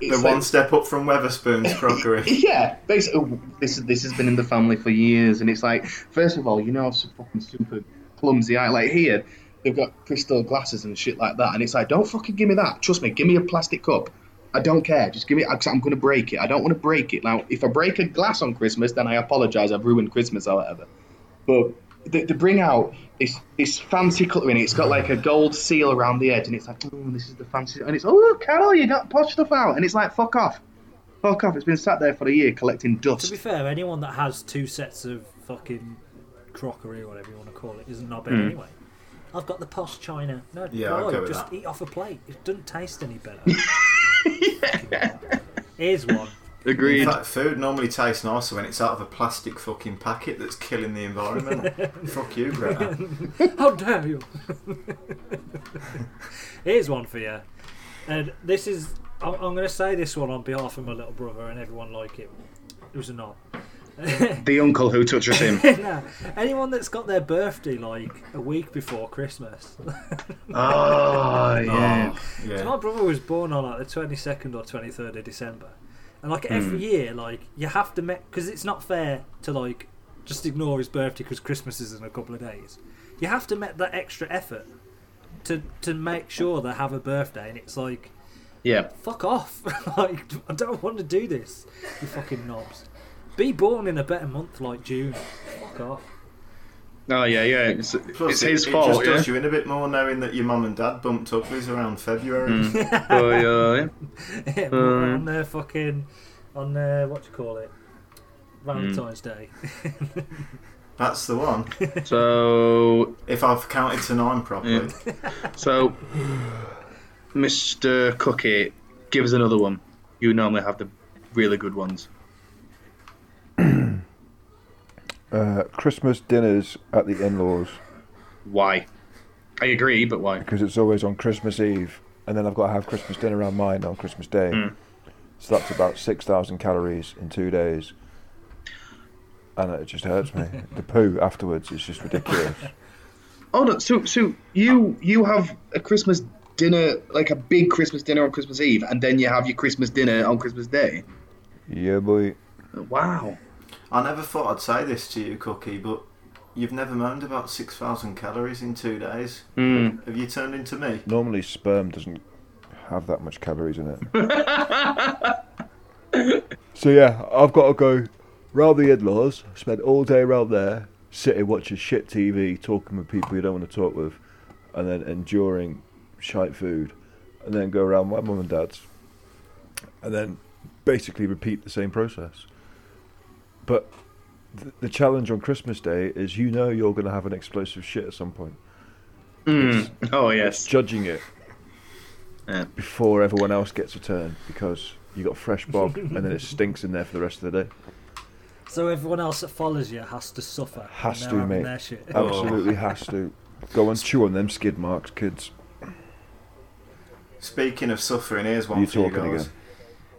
it's The like- one step up from Weatherspoon's crockery. [LAUGHS] Yeah, basically, oh, this this has been in the family for years, and it's like, first of all, you know, I'm so fucking super clumsy. I like here, they've got crystal glasses and shit like that, and it's like, don't fucking give me that. Trust me, give me a plastic cup. I don't care. Just give me. 'cause I'm gonna break it. I don't want to break it. Now, if I break a glass on Christmas, then I apologize. I've ruined Christmas or whatever. But they, they bring out this this fancy cutlery, and it's got like a gold seal around the edge, and it's like, oh, this is the fancy, and it's oh, look, Carol, you got posh stuff out, and it's like, fuck off. Fuck off! It's been sat there for a year collecting to dust. be fair, anyone that has two sets of fucking crockery or whatever you want to call it is a knobhead anyway. I've got the posh china. No, Hmm. Yeah, I'll no, go with just that. eat off a plate. It doesn't taste [LAUGHS] any better. Here's one. Agreed. In fact, food normally tastes nicer when it's out of a plastic fucking packet that's killing the environment. Fuck you, Greta. How dare you? [LAUGHS] Here's one for you. And this is, I'm, I'm going to say this one on behalf of my little brother and everyone like him. Who's [LAUGHS] not. The uncle who touches [LAUGHS] him. No, anyone that's got their birthday like a week before Christmas. [LAUGHS] oh yeah. So Yeah. my brother was born on like the 22nd or 23rd of December. And like every year, like you have to make because it's not fair to like just ignore his birthday because Christmas is in a couple of days. You have to make that extra effort to to make sure they have a birthday, and it's like Yeah. fuck off, [LAUGHS] like I don't want to do this. You fucking knobs. Be born in a better month like June. Fuck off. [LAUGHS] Oh yeah, yeah. It's, Plus, it's it, his it fault. just Yeah. does you in a bit more knowing that your mum and dad bumped uglies around February. Oh, yeah, yeah. Yeah, on their fucking on their what do you call it Valentine's Day. That's the one. So If I've counted to nine properly. so, Mr. Cookie, give us another one. You normally have the really good ones. uh, Christmas dinners at the in-laws Why? I agree, but why? because it's always on Christmas Eve, and then I've got to have Christmas dinner around mine on Christmas Day. So that's about 6,000 calories in two days. And it just hurts me. the poo afterwards is just ridiculous. Oh no, so so you you have a Christmas dinner like a big Christmas dinner on Christmas Eve, and then you have your Christmas dinner on Christmas Day. yeah, boy. Wow. I never thought I'd say this to you, Cookie, but you've never moaned about 6,000 calories in two days. Hmm. Have you turned into me? Normally, sperm doesn't have that much calories in it. so, yeah, I've got to go round the in laws, spend all day round there, sitting watching shit TV, talking with people you don't want to talk with, and then enduring shite food, and then go around my mum and dad's, and then basically repeat the same process. But th- the challenge on Christmas Day is you know you're going to have an explosive shit at some point. [LAUGHS] Oh yes. Judging it Yeah. before everyone else gets a turn because you got fresh bob and then it stinks in there for the rest of the day. So everyone else that follows you has to suffer. Has and to, they're having mate. Their shit. Uh, Oh. Absolutely has to. Go and chew on them skid marks, kids. Speaking of suffering, here's one You for you talking guys. again.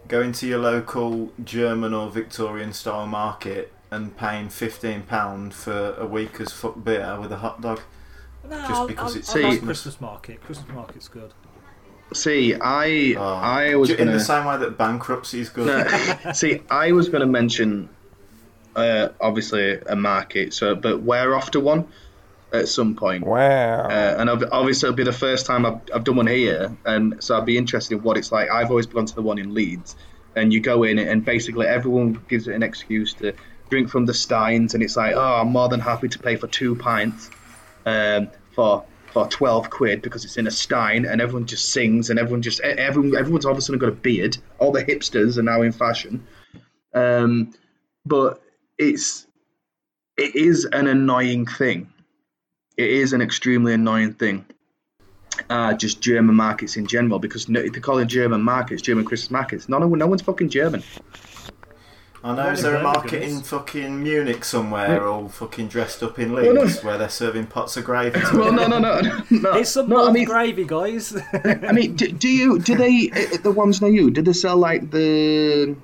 Going to your local German or Victorian style market and paying £15 for a week as fuck beer with a hot dog. No, Just I'll- because I'll- it's I'll have Christmas. Christmas market. Christmas market's good. See, I Oh. I was Ju- in gonna the same way that bankruptcy is good. see. I was gonna mention, uh, obviously a market. So, but we're off to one at some point. Wow. Uh, and ob- obviously, it'll be the first time I've, I've done one here, and so I'd be interested in what it's like. I've always gone to the one in Leeds, and you go in, and basically everyone gives it an excuse to drink from the steins, and it's like, oh, I'm more than happy to pay for two pints um, for for twelve quid because it's in a stein, and everyone just sings, and everyone just e- everyone everyone's all of a sudden got a beard. All the hipsters are now in fashion, um, but it's it is an annoying thing it is an extremely annoying thing. Uh, just German markets in general, because no, if you call it German markets, German Christmas markets, no, no, no one's fucking German. I know, is there a Only market burgers. in fucking Munich somewhere, all fucking dressed up Oh, in no. Leeds, where they're serving pots [LAUGHS] of gravy? to Well, [LAUGHS] no, no, no, no. no. It's some Uh, no, I old mean, gravy, guys. [LAUGHS] I mean, do, do you? Do they? uh, The ones near you? Do they sell like the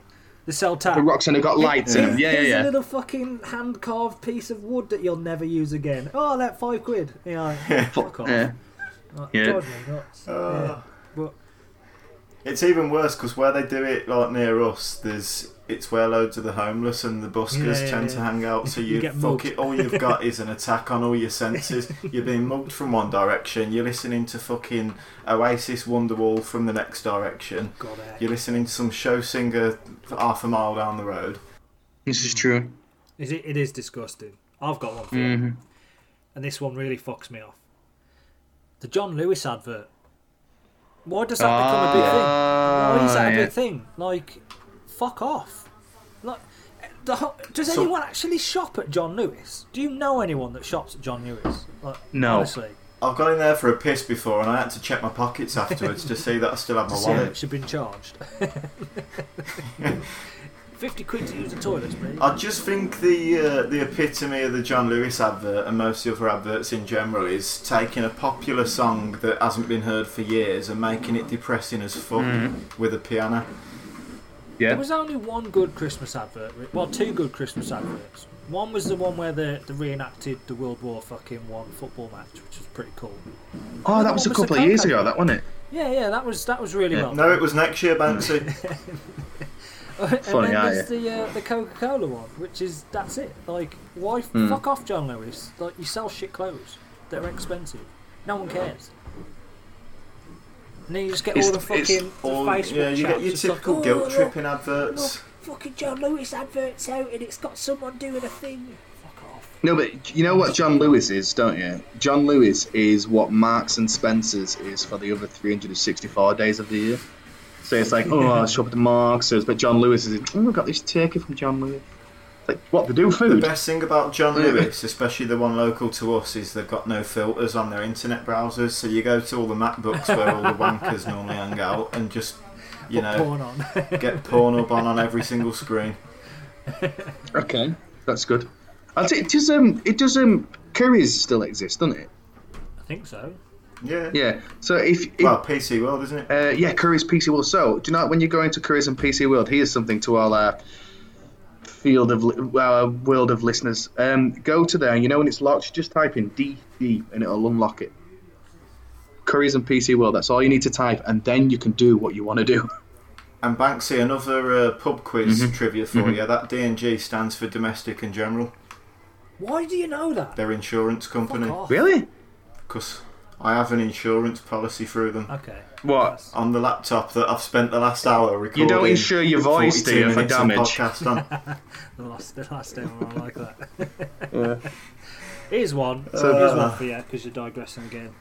the cell tap. the rocks and have got lights in them? Yeah, yeah, Here's a yeah. little fucking hand carved piece of wood that you'll never use again. Oh, that five quid. Yeah, [LAUGHS] like, fuck off. Yeah. Like, yeah. God, my nuts. Uh. Yeah. It's even worse because where they do it, like near us, there's it's where loads of the homeless and the buskers Yeah, yeah, tend yeah. to hang out. So [LAUGHS] You you, get fuck mugged. it. All you've got is [LAUGHS] an attack on all your senses. You're being mugged from one direction. You're listening to fucking Oasis Wonderwall from the next direction. God, heck. You're listening to some show singer half a mile down the road. This is true. Is it, it is disgusting. I've got one for you. Mm-hmm. And this one really fucks me off. The John Lewis advert. Why does that become a Ah. big thing? Why is that a yeah. big thing? Like, fuck off. Like, the, ho- does So- anyone actually shop at John Lewis? Do you know anyone that shops at John Lewis? Like, No. Honestly, I've gone in there for a piss before, and I had to check my pockets afterwards to see that I still Oh, [LAUGHS] had my see how wallet. much you've been charged. [LAUGHS] Fifty quid to use the toilets, Oh, please. I just think the uh, the epitome of the John Lewis advert and most of the other adverts in general is taking a popular song that hasn't been heard for years and making it depressing as fuck Mm-hmm. with a piano. Yeah. There was only one good Christmas advert. re- Well, two good Christmas adverts. One was the one where they, they reenacted the World War fucking one football match, which was pretty cool. Oh, that was a What was the couple of years contact? ago, that wasn't it? Yeah, yeah, that was that was really Yeah. well. No, it was next year, [LAUGHS] Banksy. and funny, then aren't there's the uh, the Coca Cola one, which is that's it. Like, why fuck off, John Lewis? Like, you sell shit clothes. They're expensive. No one cares. And then you just get It's- all the it's fucking the Or, Facebook yeah, you get chaps your just like, typical "Oh, guilt look, tripping adverts. look, fucking John Lewis adverts out, and it's got someone doing a thing. Fuck off. No, but you know what John Lewis is, don't you? John Lewis is what Marks and Spencers is for the other 364 days of the year. So it's like, oh, I shop at Marks, but John Lewis is, oh, I got this turkey from John Lewis. It's like, what, they do The food? best thing about John Yeah. Lewis, especially the one local to us, is they've got no filters on their internet browsers. So you go to all the MacBooks where [LAUGHS] all the wankers normally hang out and just, you Put know, porn on. [LAUGHS] get Pornhub on on every single screen. Okay, that's good. I'll say it does, um, it does, um, curries still exist, doesn't it? I think so. Yeah. Yeah. So if, if Well, PC World, isn't it? Uh, yeah, Curry's PC World. So, do you know when you go into Curry's and PC World? Here's something to all our uh, field of li- our world of listeners. Um, go to there, and you know when it's locked, you just type in DD, and it'll unlock it. Curry's and PC World. That's all you need to type, and then you can do what you want to do. [LAUGHS] And Banksy, another uh, pub quiz Mm-hmm. trivia for you. That D&G stands for Domestic and General. Why do you know that? Their insurance company. Fuck off. Really? Because I have an insurance policy through them Okay. What? on the laptop that I've spent the last hour recording. You don't insure your voice, do 42 you, for minutes of damage? podcast [LAUGHS] on. The last, the last time I like that. Here's one. So- Here's one for you because you're digressing again.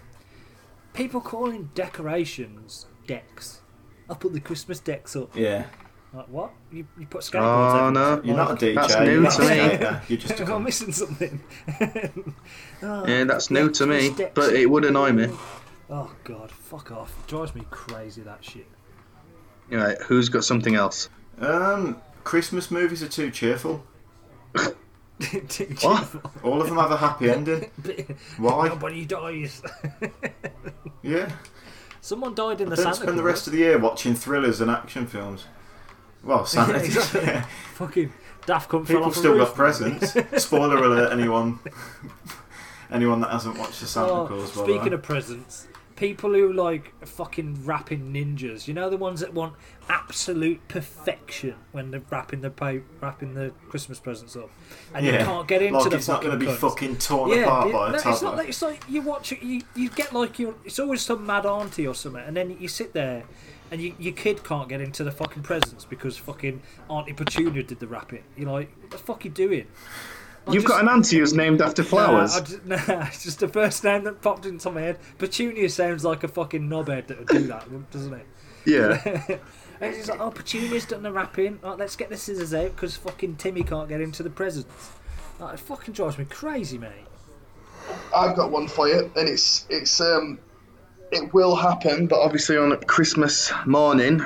People calling decorations decks. I put the Christmas decks up. Yeah. Like what? You, you put skateboards? Oh, up. no. You're not a DJ. That's you're new not to a me. skater, You're just a [LAUGHS] Am I cunt. missing something? [LAUGHS] Uh, Yeah, that's new to me, but it would annoy me. Oh god, fuck off! drives me crazy that shit. [LAUGHS] Anyway, who's got something else? Um, Christmas movies are too cheerful. What? [LAUGHS] All of them have a happy ending. Why? Nobody dies. Yeah. Someone died in the Don't Santa Claus. spend the rest of the year watching thrillers and action films. [LAUGHS] Well, Santa. Yeah, exactly. Fucking Daft Punk fell People off a still roof. got presents. Spoiler alert! Anyone, [LAUGHS] anyone that hasn't watched the Santa Oh, Claus. by the speaking way. of presents, people who like fucking rapping ninjas, you know the ones that want absolute perfection when they're wrapping the pa- wrapping the Christmas presents up, and you can't get into like the it's not fucking. going to be cunts. fucking torn yeah, apart it- by a no, it's not. toddler. Like, it's like you watch it, you, you get like you. It's always some mad auntie or something, and then you sit there, and you, your kid can't get into the fucking presents because fucking Auntie Petunia did the wrapping. You're like, what the fuck you doing? Like, You've just- got an auntie who's named after flowers. Nah, I just, [LAUGHS] nah, it's just the first name that popped into my head. Petunia sounds like a fucking knobhead that would do that, doesn't it? [LAUGHS] yeah. And it's just like, oh, Petunia's done the wrapping. Like, let's get the scissors out because fucking Timmy can't get into the presents. Like, it fucking drives me crazy, mate. I've got one for you, and it's it's um, it will happen, but but obviously on Christmas morning,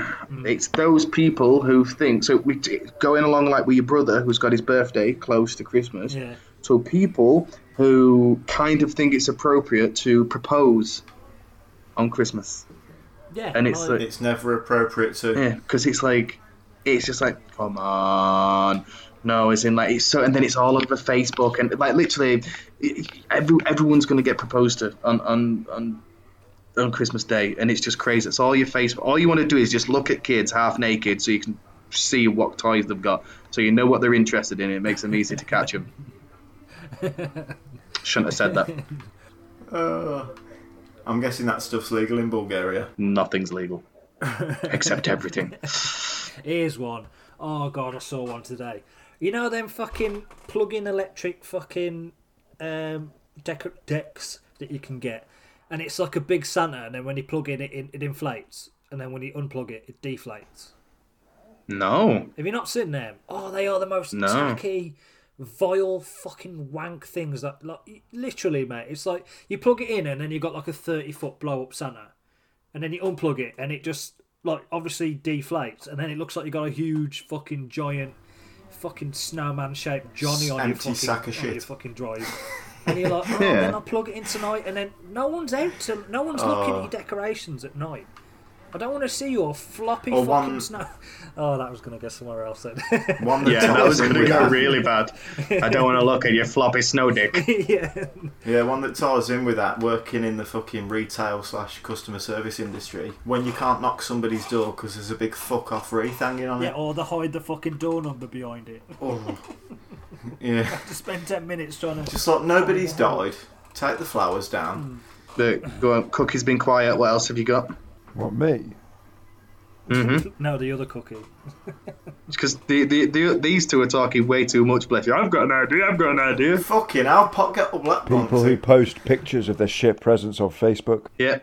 it's those people who think so. We going along like with your brother who's got his birthday close to Christmas. Yeah. So people who kind of think it's appropriate to propose on Christmas, Yeah. and it's like- like, It's never appropriate to. yeah, because it's like it's just like come on. No, it's in like it's so, and then it's all over Facebook, and like literally, it- every, everyone's gonna get proposed to on on on on Christmas Day, and it's just crazy. It's all your Facebook. All you want to do is just look at kids half naked, so you can see what toys they've got, so you know what they're interested in. It makes them easy to catch them. Shouldn't have said that. Uh, I'm guessing that stuff's legal in Bulgaria. Nothing's legal, except everything. Here's one. Oh god, I saw one today. You know them fucking plug-in electric fucking um, deco- decks that you can get, and it's like a big Santa, and then when you plug in it, it, it inflates, and then when you unplug it, it deflates. No, Have you not seen them? Oh, they are the most No. tacky, vile, fucking wank things that, like, literally, mate. It's like you plug it in, and then you got like a thirty-foot blow-up Santa, and then you unplug it, and it just like obviously deflates, and then it looks like you got a huge fucking giant. Fucking snowman-shaped Johnny on your Empty fucking, sack of on your shit. fucking drive, and [LAUGHS] you're like, oh, Yeah. then I'll plug it in tonight, and then no one's out to, no one's Oh. looking at your decorations at night. I don't want to see your floppy Or fucking one- snow. [LAUGHS] Oh, that was gonna go somewhere else then. [LAUGHS] One that yeah, that was ties in gonna with go that. really bad. I don't want to look at your floppy snow dick. yeah. Yeah, one that ties in with that. Working in the fucking retail slash customer service industry, when you can't knock somebody's door because there's a big fuck off wreath hanging on Yeah, it. or the hide the fucking door number behind it. [LAUGHS] Oh. [LAUGHS] yeah. Just spend ten minutes trying to. Just like nobody's Oh, died. Take the flowers down. Look, go on. Cookie's been quiet. What else have you got? What, me? No, the other [LAUGHS] cookie. Because the, the, the, these two are talking way too much, bless you. I've got an idea. I've got an idea. Fucking hell, pot get up black People who Monty. post pictures of their shit presents on Facebook. Yeah.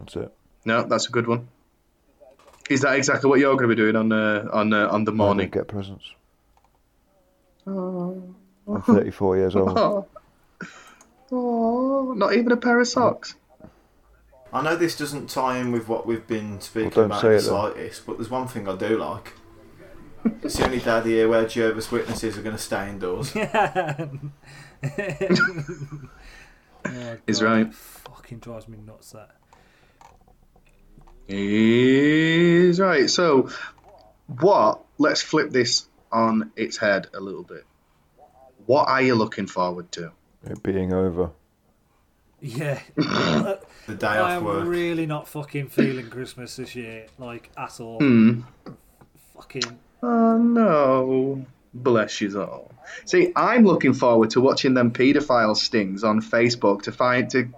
That's it. No, that's a good one. Is that exactly what you're going to be doing on uh, on uh, on the I don't morning? get presents. I'm 34 years [LAUGHS] old. Oh. oh, not even a pair of socks. I know this doesn't tie in with what we've been speaking Well, don't about say in the it, though. slightest, but there's one thing I do like. It's the only day of the year where [LAUGHS] Jehovah's Witnesses are going to stay indoors. Oh, He's God, right. that Fucking drives me nuts. That. He's right. So, what? Let's flip this on its head a little bit. What are you looking forward to? It being over. Yeah. The day I off am work. really not fucking feeling Christmas this year, like at all. Hmm. Fucking Oh no. Bless you all. See, I'm looking forward to watching them paedophile stings on Facebook to find to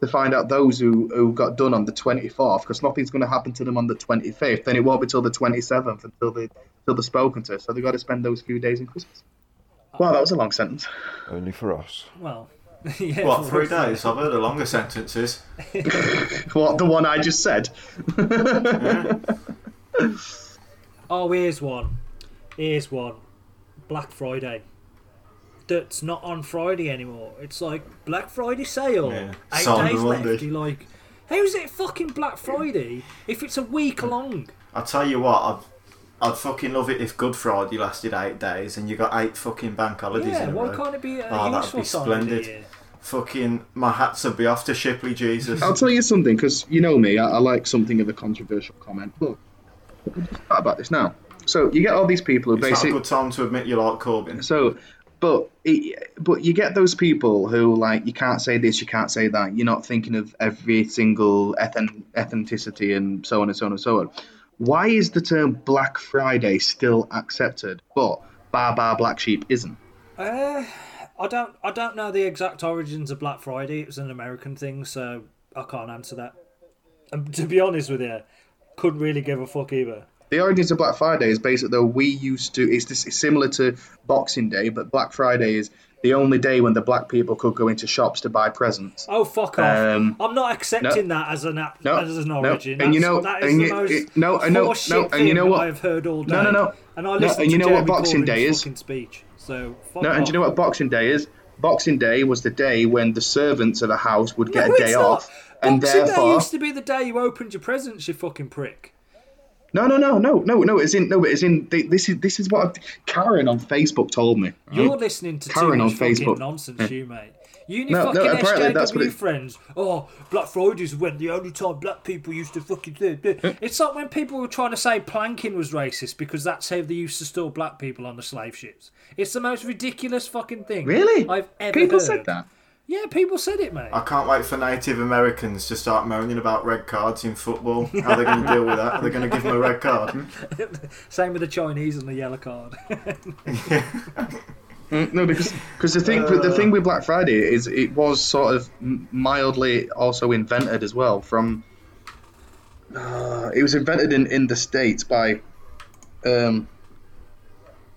to find out those who, who got done on the 24th because nothing's going to happen to them on the 25th and it won't be till the 27th until they until they're spoken to so they've got to spend those few days in christmas wow that was a long sentence [LAUGHS] Only for us. well. [LAUGHS] yeah, What, for [LAUGHS] three us. days? I've heard of longer sentences. what the one i just said Oh, here's one. Here's one. Black Friday. That's not on Friday anymore. It's like Black Friday sale. Yeah. Eight Cyber days left. Monday. You're like, how's it fucking Black Friday if it's a week long? I tell you what, I'd, I'd fucking love it if Good Friday lasted eight days and you got eight fucking bank holidays Yeah, in a why row. can't it be a Oh, that'd useful be time of splendid. the year? Fucking, my hats would be off to Shipley Jesus. I'll tell you something, because you know me, I, I like something of a controversial comment. Look, we just thought about this now. So you get all these people who It's not a basically. good time to admit you like Corbyn. So, but it, but you get those people who like you can't say this, you can't say that. You're not thinking of every single ethn- ethnicity and so on and so on and so on. Why is the term Black Friday still accepted, but Bar Bar Black Sheep isn't? Uh, I don't. I don't know the exact origins of Black Friday. It was an American thing, so I can't answer that. And to be honest with you, couldn't really give a fuck either. The origins of Black Friday is basically though we used to. It's, this, it's similar to Boxing Day, but Black Friday is the only day when the black people could go into shops to buy presents. Oh fuck off! Um, I'm not accepting that as an a- No, as an no, origin. and you know- That's- that is and the you- most it- no, I know- horseshit no, and you know thing what- I've heard all day. No, no, no. And I No, listen and you to know what Jeremy Boxing Corbyn's Day is? fucking speech. So fuck No, off. and do you know what Boxing Day is? Boxing Day was the day when the servants of a house would get No, a it's day not. off, and Boxing Day therefore, used to be the day you opened your presents, you fucking prick. no, no, no, no, no, no. It's in no, it's in. They, this is this is what I've, Karen on Facebook told me. You're listening to too Karen much on fucking Facebook. nonsense, you mate. You and No, no, your fucking apparently SJW that's what it- friends. Oh, Black Fridays when the only time black people used to fucking do. do." It's like when people were trying to say planking was racist because that's how they used to store black people on the slave ships. It's the most ridiculous fucking thing. Really? I've ever People heard. said that. Uh. Yeah, people said it, mate. I can't wait for Native Americans to start moaning about red cards in football. How are they going to deal with that? Are they going to give them a red card? Same with the Chinese and the yellow card. [LAUGHS] Mm, No, because because the thing the thing with Black Friday is it was sort of m- mildly also invented as well from. Uh, it was invented in, in the states by, um,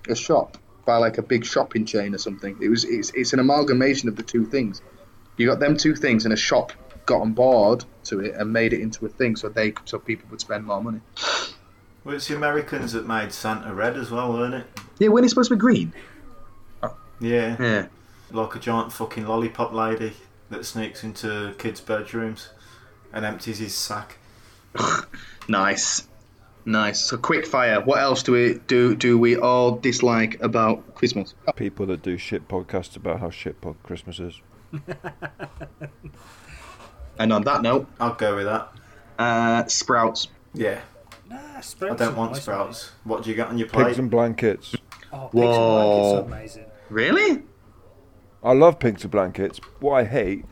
a shop by like a big shopping chain or something. It was it's it's an amalgamation of the two things. You got them two things, and a shop got on board to it and made it into a thing, so they so people would spend more money. Well, it's the Americans that made Santa red as well, weren't it? Yeah, when it's supposed to be green. Yeah. Yeah. Like a giant fucking lollipop lady that sneaks into kids' bedrooms and empties his sack. Nice, nice. So quick fire. What else do we do? Do we all dislike about Christmas? People that do shit podcasts about how shit pod Christmas is. And on that note, I'll go with that. uh, sprouts. Yeah. nah, I sprouts don't are want nice, sprouts. What do you get on your plate? Pigs and blankets. mate. Oh, pigs Whoa. and blankets are amazing. Really? I love pigs and blankets. What I hate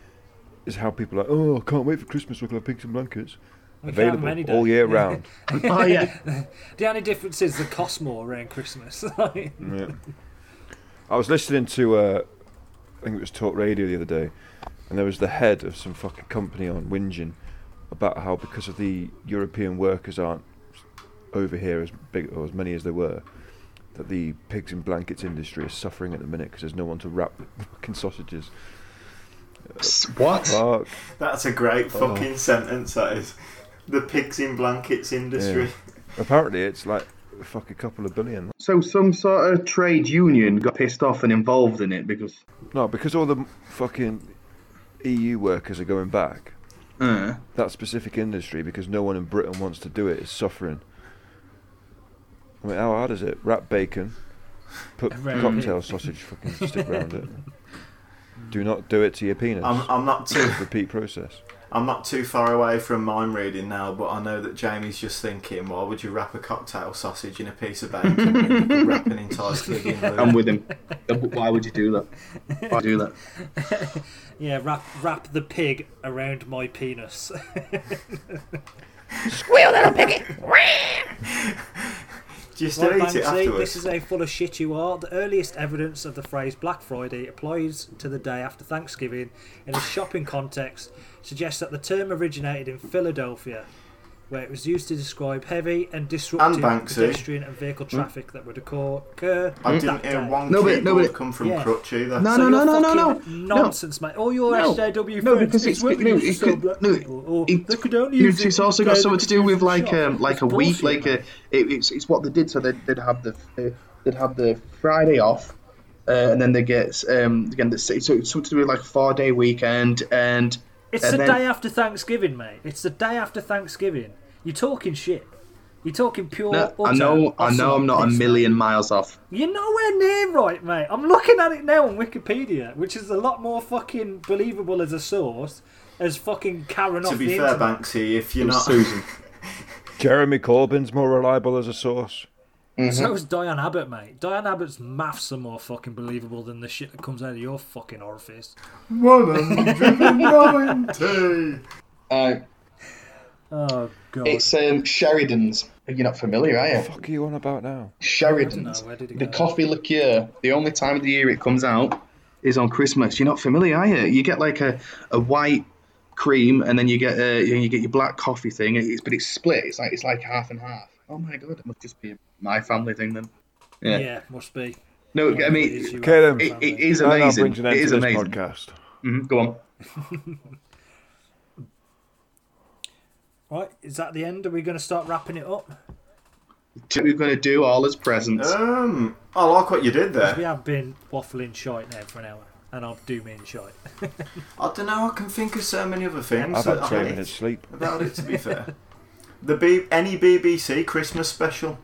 is how people are. Oh, I can't wait for Christmas. We're gonna have pigs and blankets We can have them any available day. all year round. [LAUGHS] Oh yeah. The only difference is the cost more around Christmas. [LAUGHS] Like, I was listening to, uh, I think it was Talk Radio the other day, and there was the head of some fucking company on whinging about how because of the European workers aren't over here as big or as many as there were, that the pigs and blankets industry is suffering at the minute because there's no one to wrap [LAUGHS] the fucking sausages. S- What? Fuck. That's a great Oh. fucking sentence, that is. The pigs in blankets industry. Apparently, it's like fuck a couple of billion. So some sort of trade union got pissed off and involved in it because. No, because all the m- fucking EU workers are going back. Uh, that specific industry because no one in Britain wants to do it is suffering. I mean, how hard is it? Wrap bacon, put Around cocktail sausage fucking stick around it. Do not do it to your penis. I'm, I'm not too Repeat process. I'm not too far away from mind reading now, but I know that Jamie's just thinking, why would you wrap a cocktail sausage in a piece of bacon when you could wrap an [LAUGHS] entire twig in glue? I'm with him. But Why would you do that? Why do that? Yeah, wrap wrap the pig around my penis. [LAUGHS] Just Right, eat it Banksy, this is afterwards. how full of shit you are. The earliest evidence of the phrase Black Friday applies to the day after Thanksgiving in a shopping context suggests that the term originated in Philadelphia, where it was used to describe heavy and disruptive Banksy. Hmm? pedestrian and vehicle traffic that would occur. occur I that didn't hear day. one No, but- keyboard no, but- come from Yeah. crutch either. No, So no, no, you're no, no, no, fucking no. Nonsense, mate. All your No. SJW No, friends, because it's- it's working no, with it so could- black no, people, or it- they could only use It's, it it's also to got go something to do with like um shop. like It's a week, like bullshit, a mate. it, it's it's what they did. So they they'd have the uh, they'd have the Friday off, uh, and then they get um again the so it's something to do with like four day weekend and It's and the then- day after Thanksgiving, mate. It's the day after Thanksgiving. You're talking shit. You're talking pure. No, I utter know I awesome know I'm not a piss, million miles off. mate. You're nowhere near right, mate. I'm looking at it now on Wikipedia, which is a lot more fucking believable as a source as fucking Karen off To be the fair, internet. Banksy, if you're not Susan. Jeremy Corbyn's more reliable as a source. So is Diane Abbott, mate. Diane Abbott's maths are more fucking believable than the shit that comes out of your fucking orifice. 190. Uh, Oh god. it's um Sheridan's. You're not familiar, are you? Fuck are you on about now? Sheridan's. I don't know, where did it The go? coffee liqueur. The only time of the year it comes out is on Christmas. You're not familiar, are you? You get like a, a white cream, and then you get uh, you, you get your black coffee thing. and It's, but it's split. It's like it's like half and half. Oh my god, it must just be my family thing then. Yeah. yeah, must be. No, I It is you, mean. Okay then. It, it is That now amazing. brings an It end to is this amazing. podcast. Mhm, go on. Right, is that the end? Are we going to start wrapping it up? We're going to do all as presents. [LAUGHS] Um, I like what you did We there. have been waffling shite now for an hour, and I'm dooming shite. I don't know. I can think of so many other things I've that had I three hate minutes sleep. about it. To be fair, the B- any BBC Christmas special.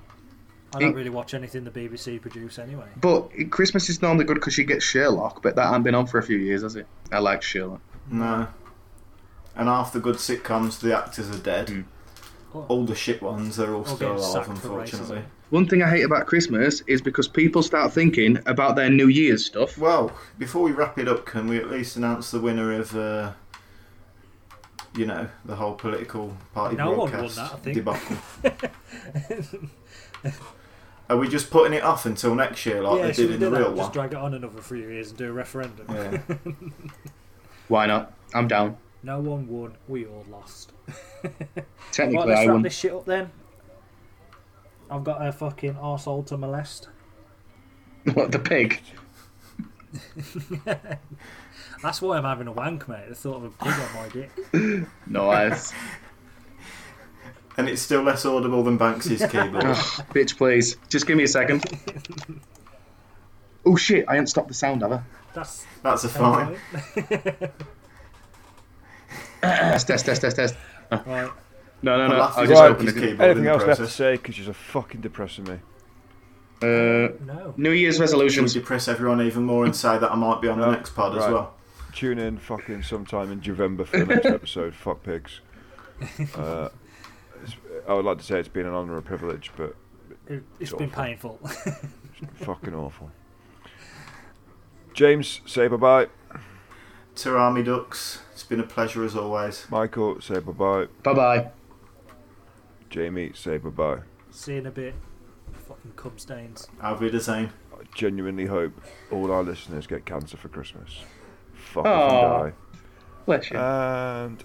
I don't really watch anything the BBC produce anyway. But Christmas is normally good because you get Sherlock, but that hasn't been on for a few years, has it? I like Sherlock. No. And half the good sitcoms, the actors are dead. Hmm. All the shit ones, they're all still getting alive, sacked for unfortunately. One thing I hate about Christmas is because people start thinking about their New Year's stuff. Well, before we wrap it up, can we at least announce the winner of, uh, you know, the whole political party No one won broadcast that, I think. debacle? [LAUGHS] are we just putting it off until next year, like yeah, they should did we in do the that? real one? Just drag it on another three years and do a referendum. Yeah. Why not? I'm down. No one won. We all [LAUGHS] lost. Right, Technically, let's I wrap won. this shit up then. I've got a fucking arsehole to molest. [LAUGHS] What, the pig? That's why I'm having a wank, mate. The thought of a pig on my dick. No, I. it's- And it's still less audible than Banksy's [LAUGHS] keyboard. Ugh, [LAUGHS] bitch, please. Just give me a second. Oh shit, I haven't stopped the sound, have I? [LAUGHS] That's That's a fine. Test, test, test, test, test. right. No, no, no. Laugh I is just right. opened it. Keyboard in Anything the else left to process. say? Because you're fucking depressing me. Uh, No. New Year's Should we resolutions. depress everyone even more and say that I might be on the next pod as Right. well? Tune in fucking sometime in November for the next episode. Fuck pigs. Uh, it's- I would like to say it's been an honour and a privilege, but It, it's been painful. [LAUGHS] fucking awful. James, say bye bye. To Army Ducks, it's been a pleasure as always. Michael, say bye bye. Bye bye. Jamie, say bye bye. Seeing a bit. Fucking cum stains. Auf Wiedersehen. I genuinely hope all our listeners get cancer for Christmas. Fuck off Aw. and Bless you. die. And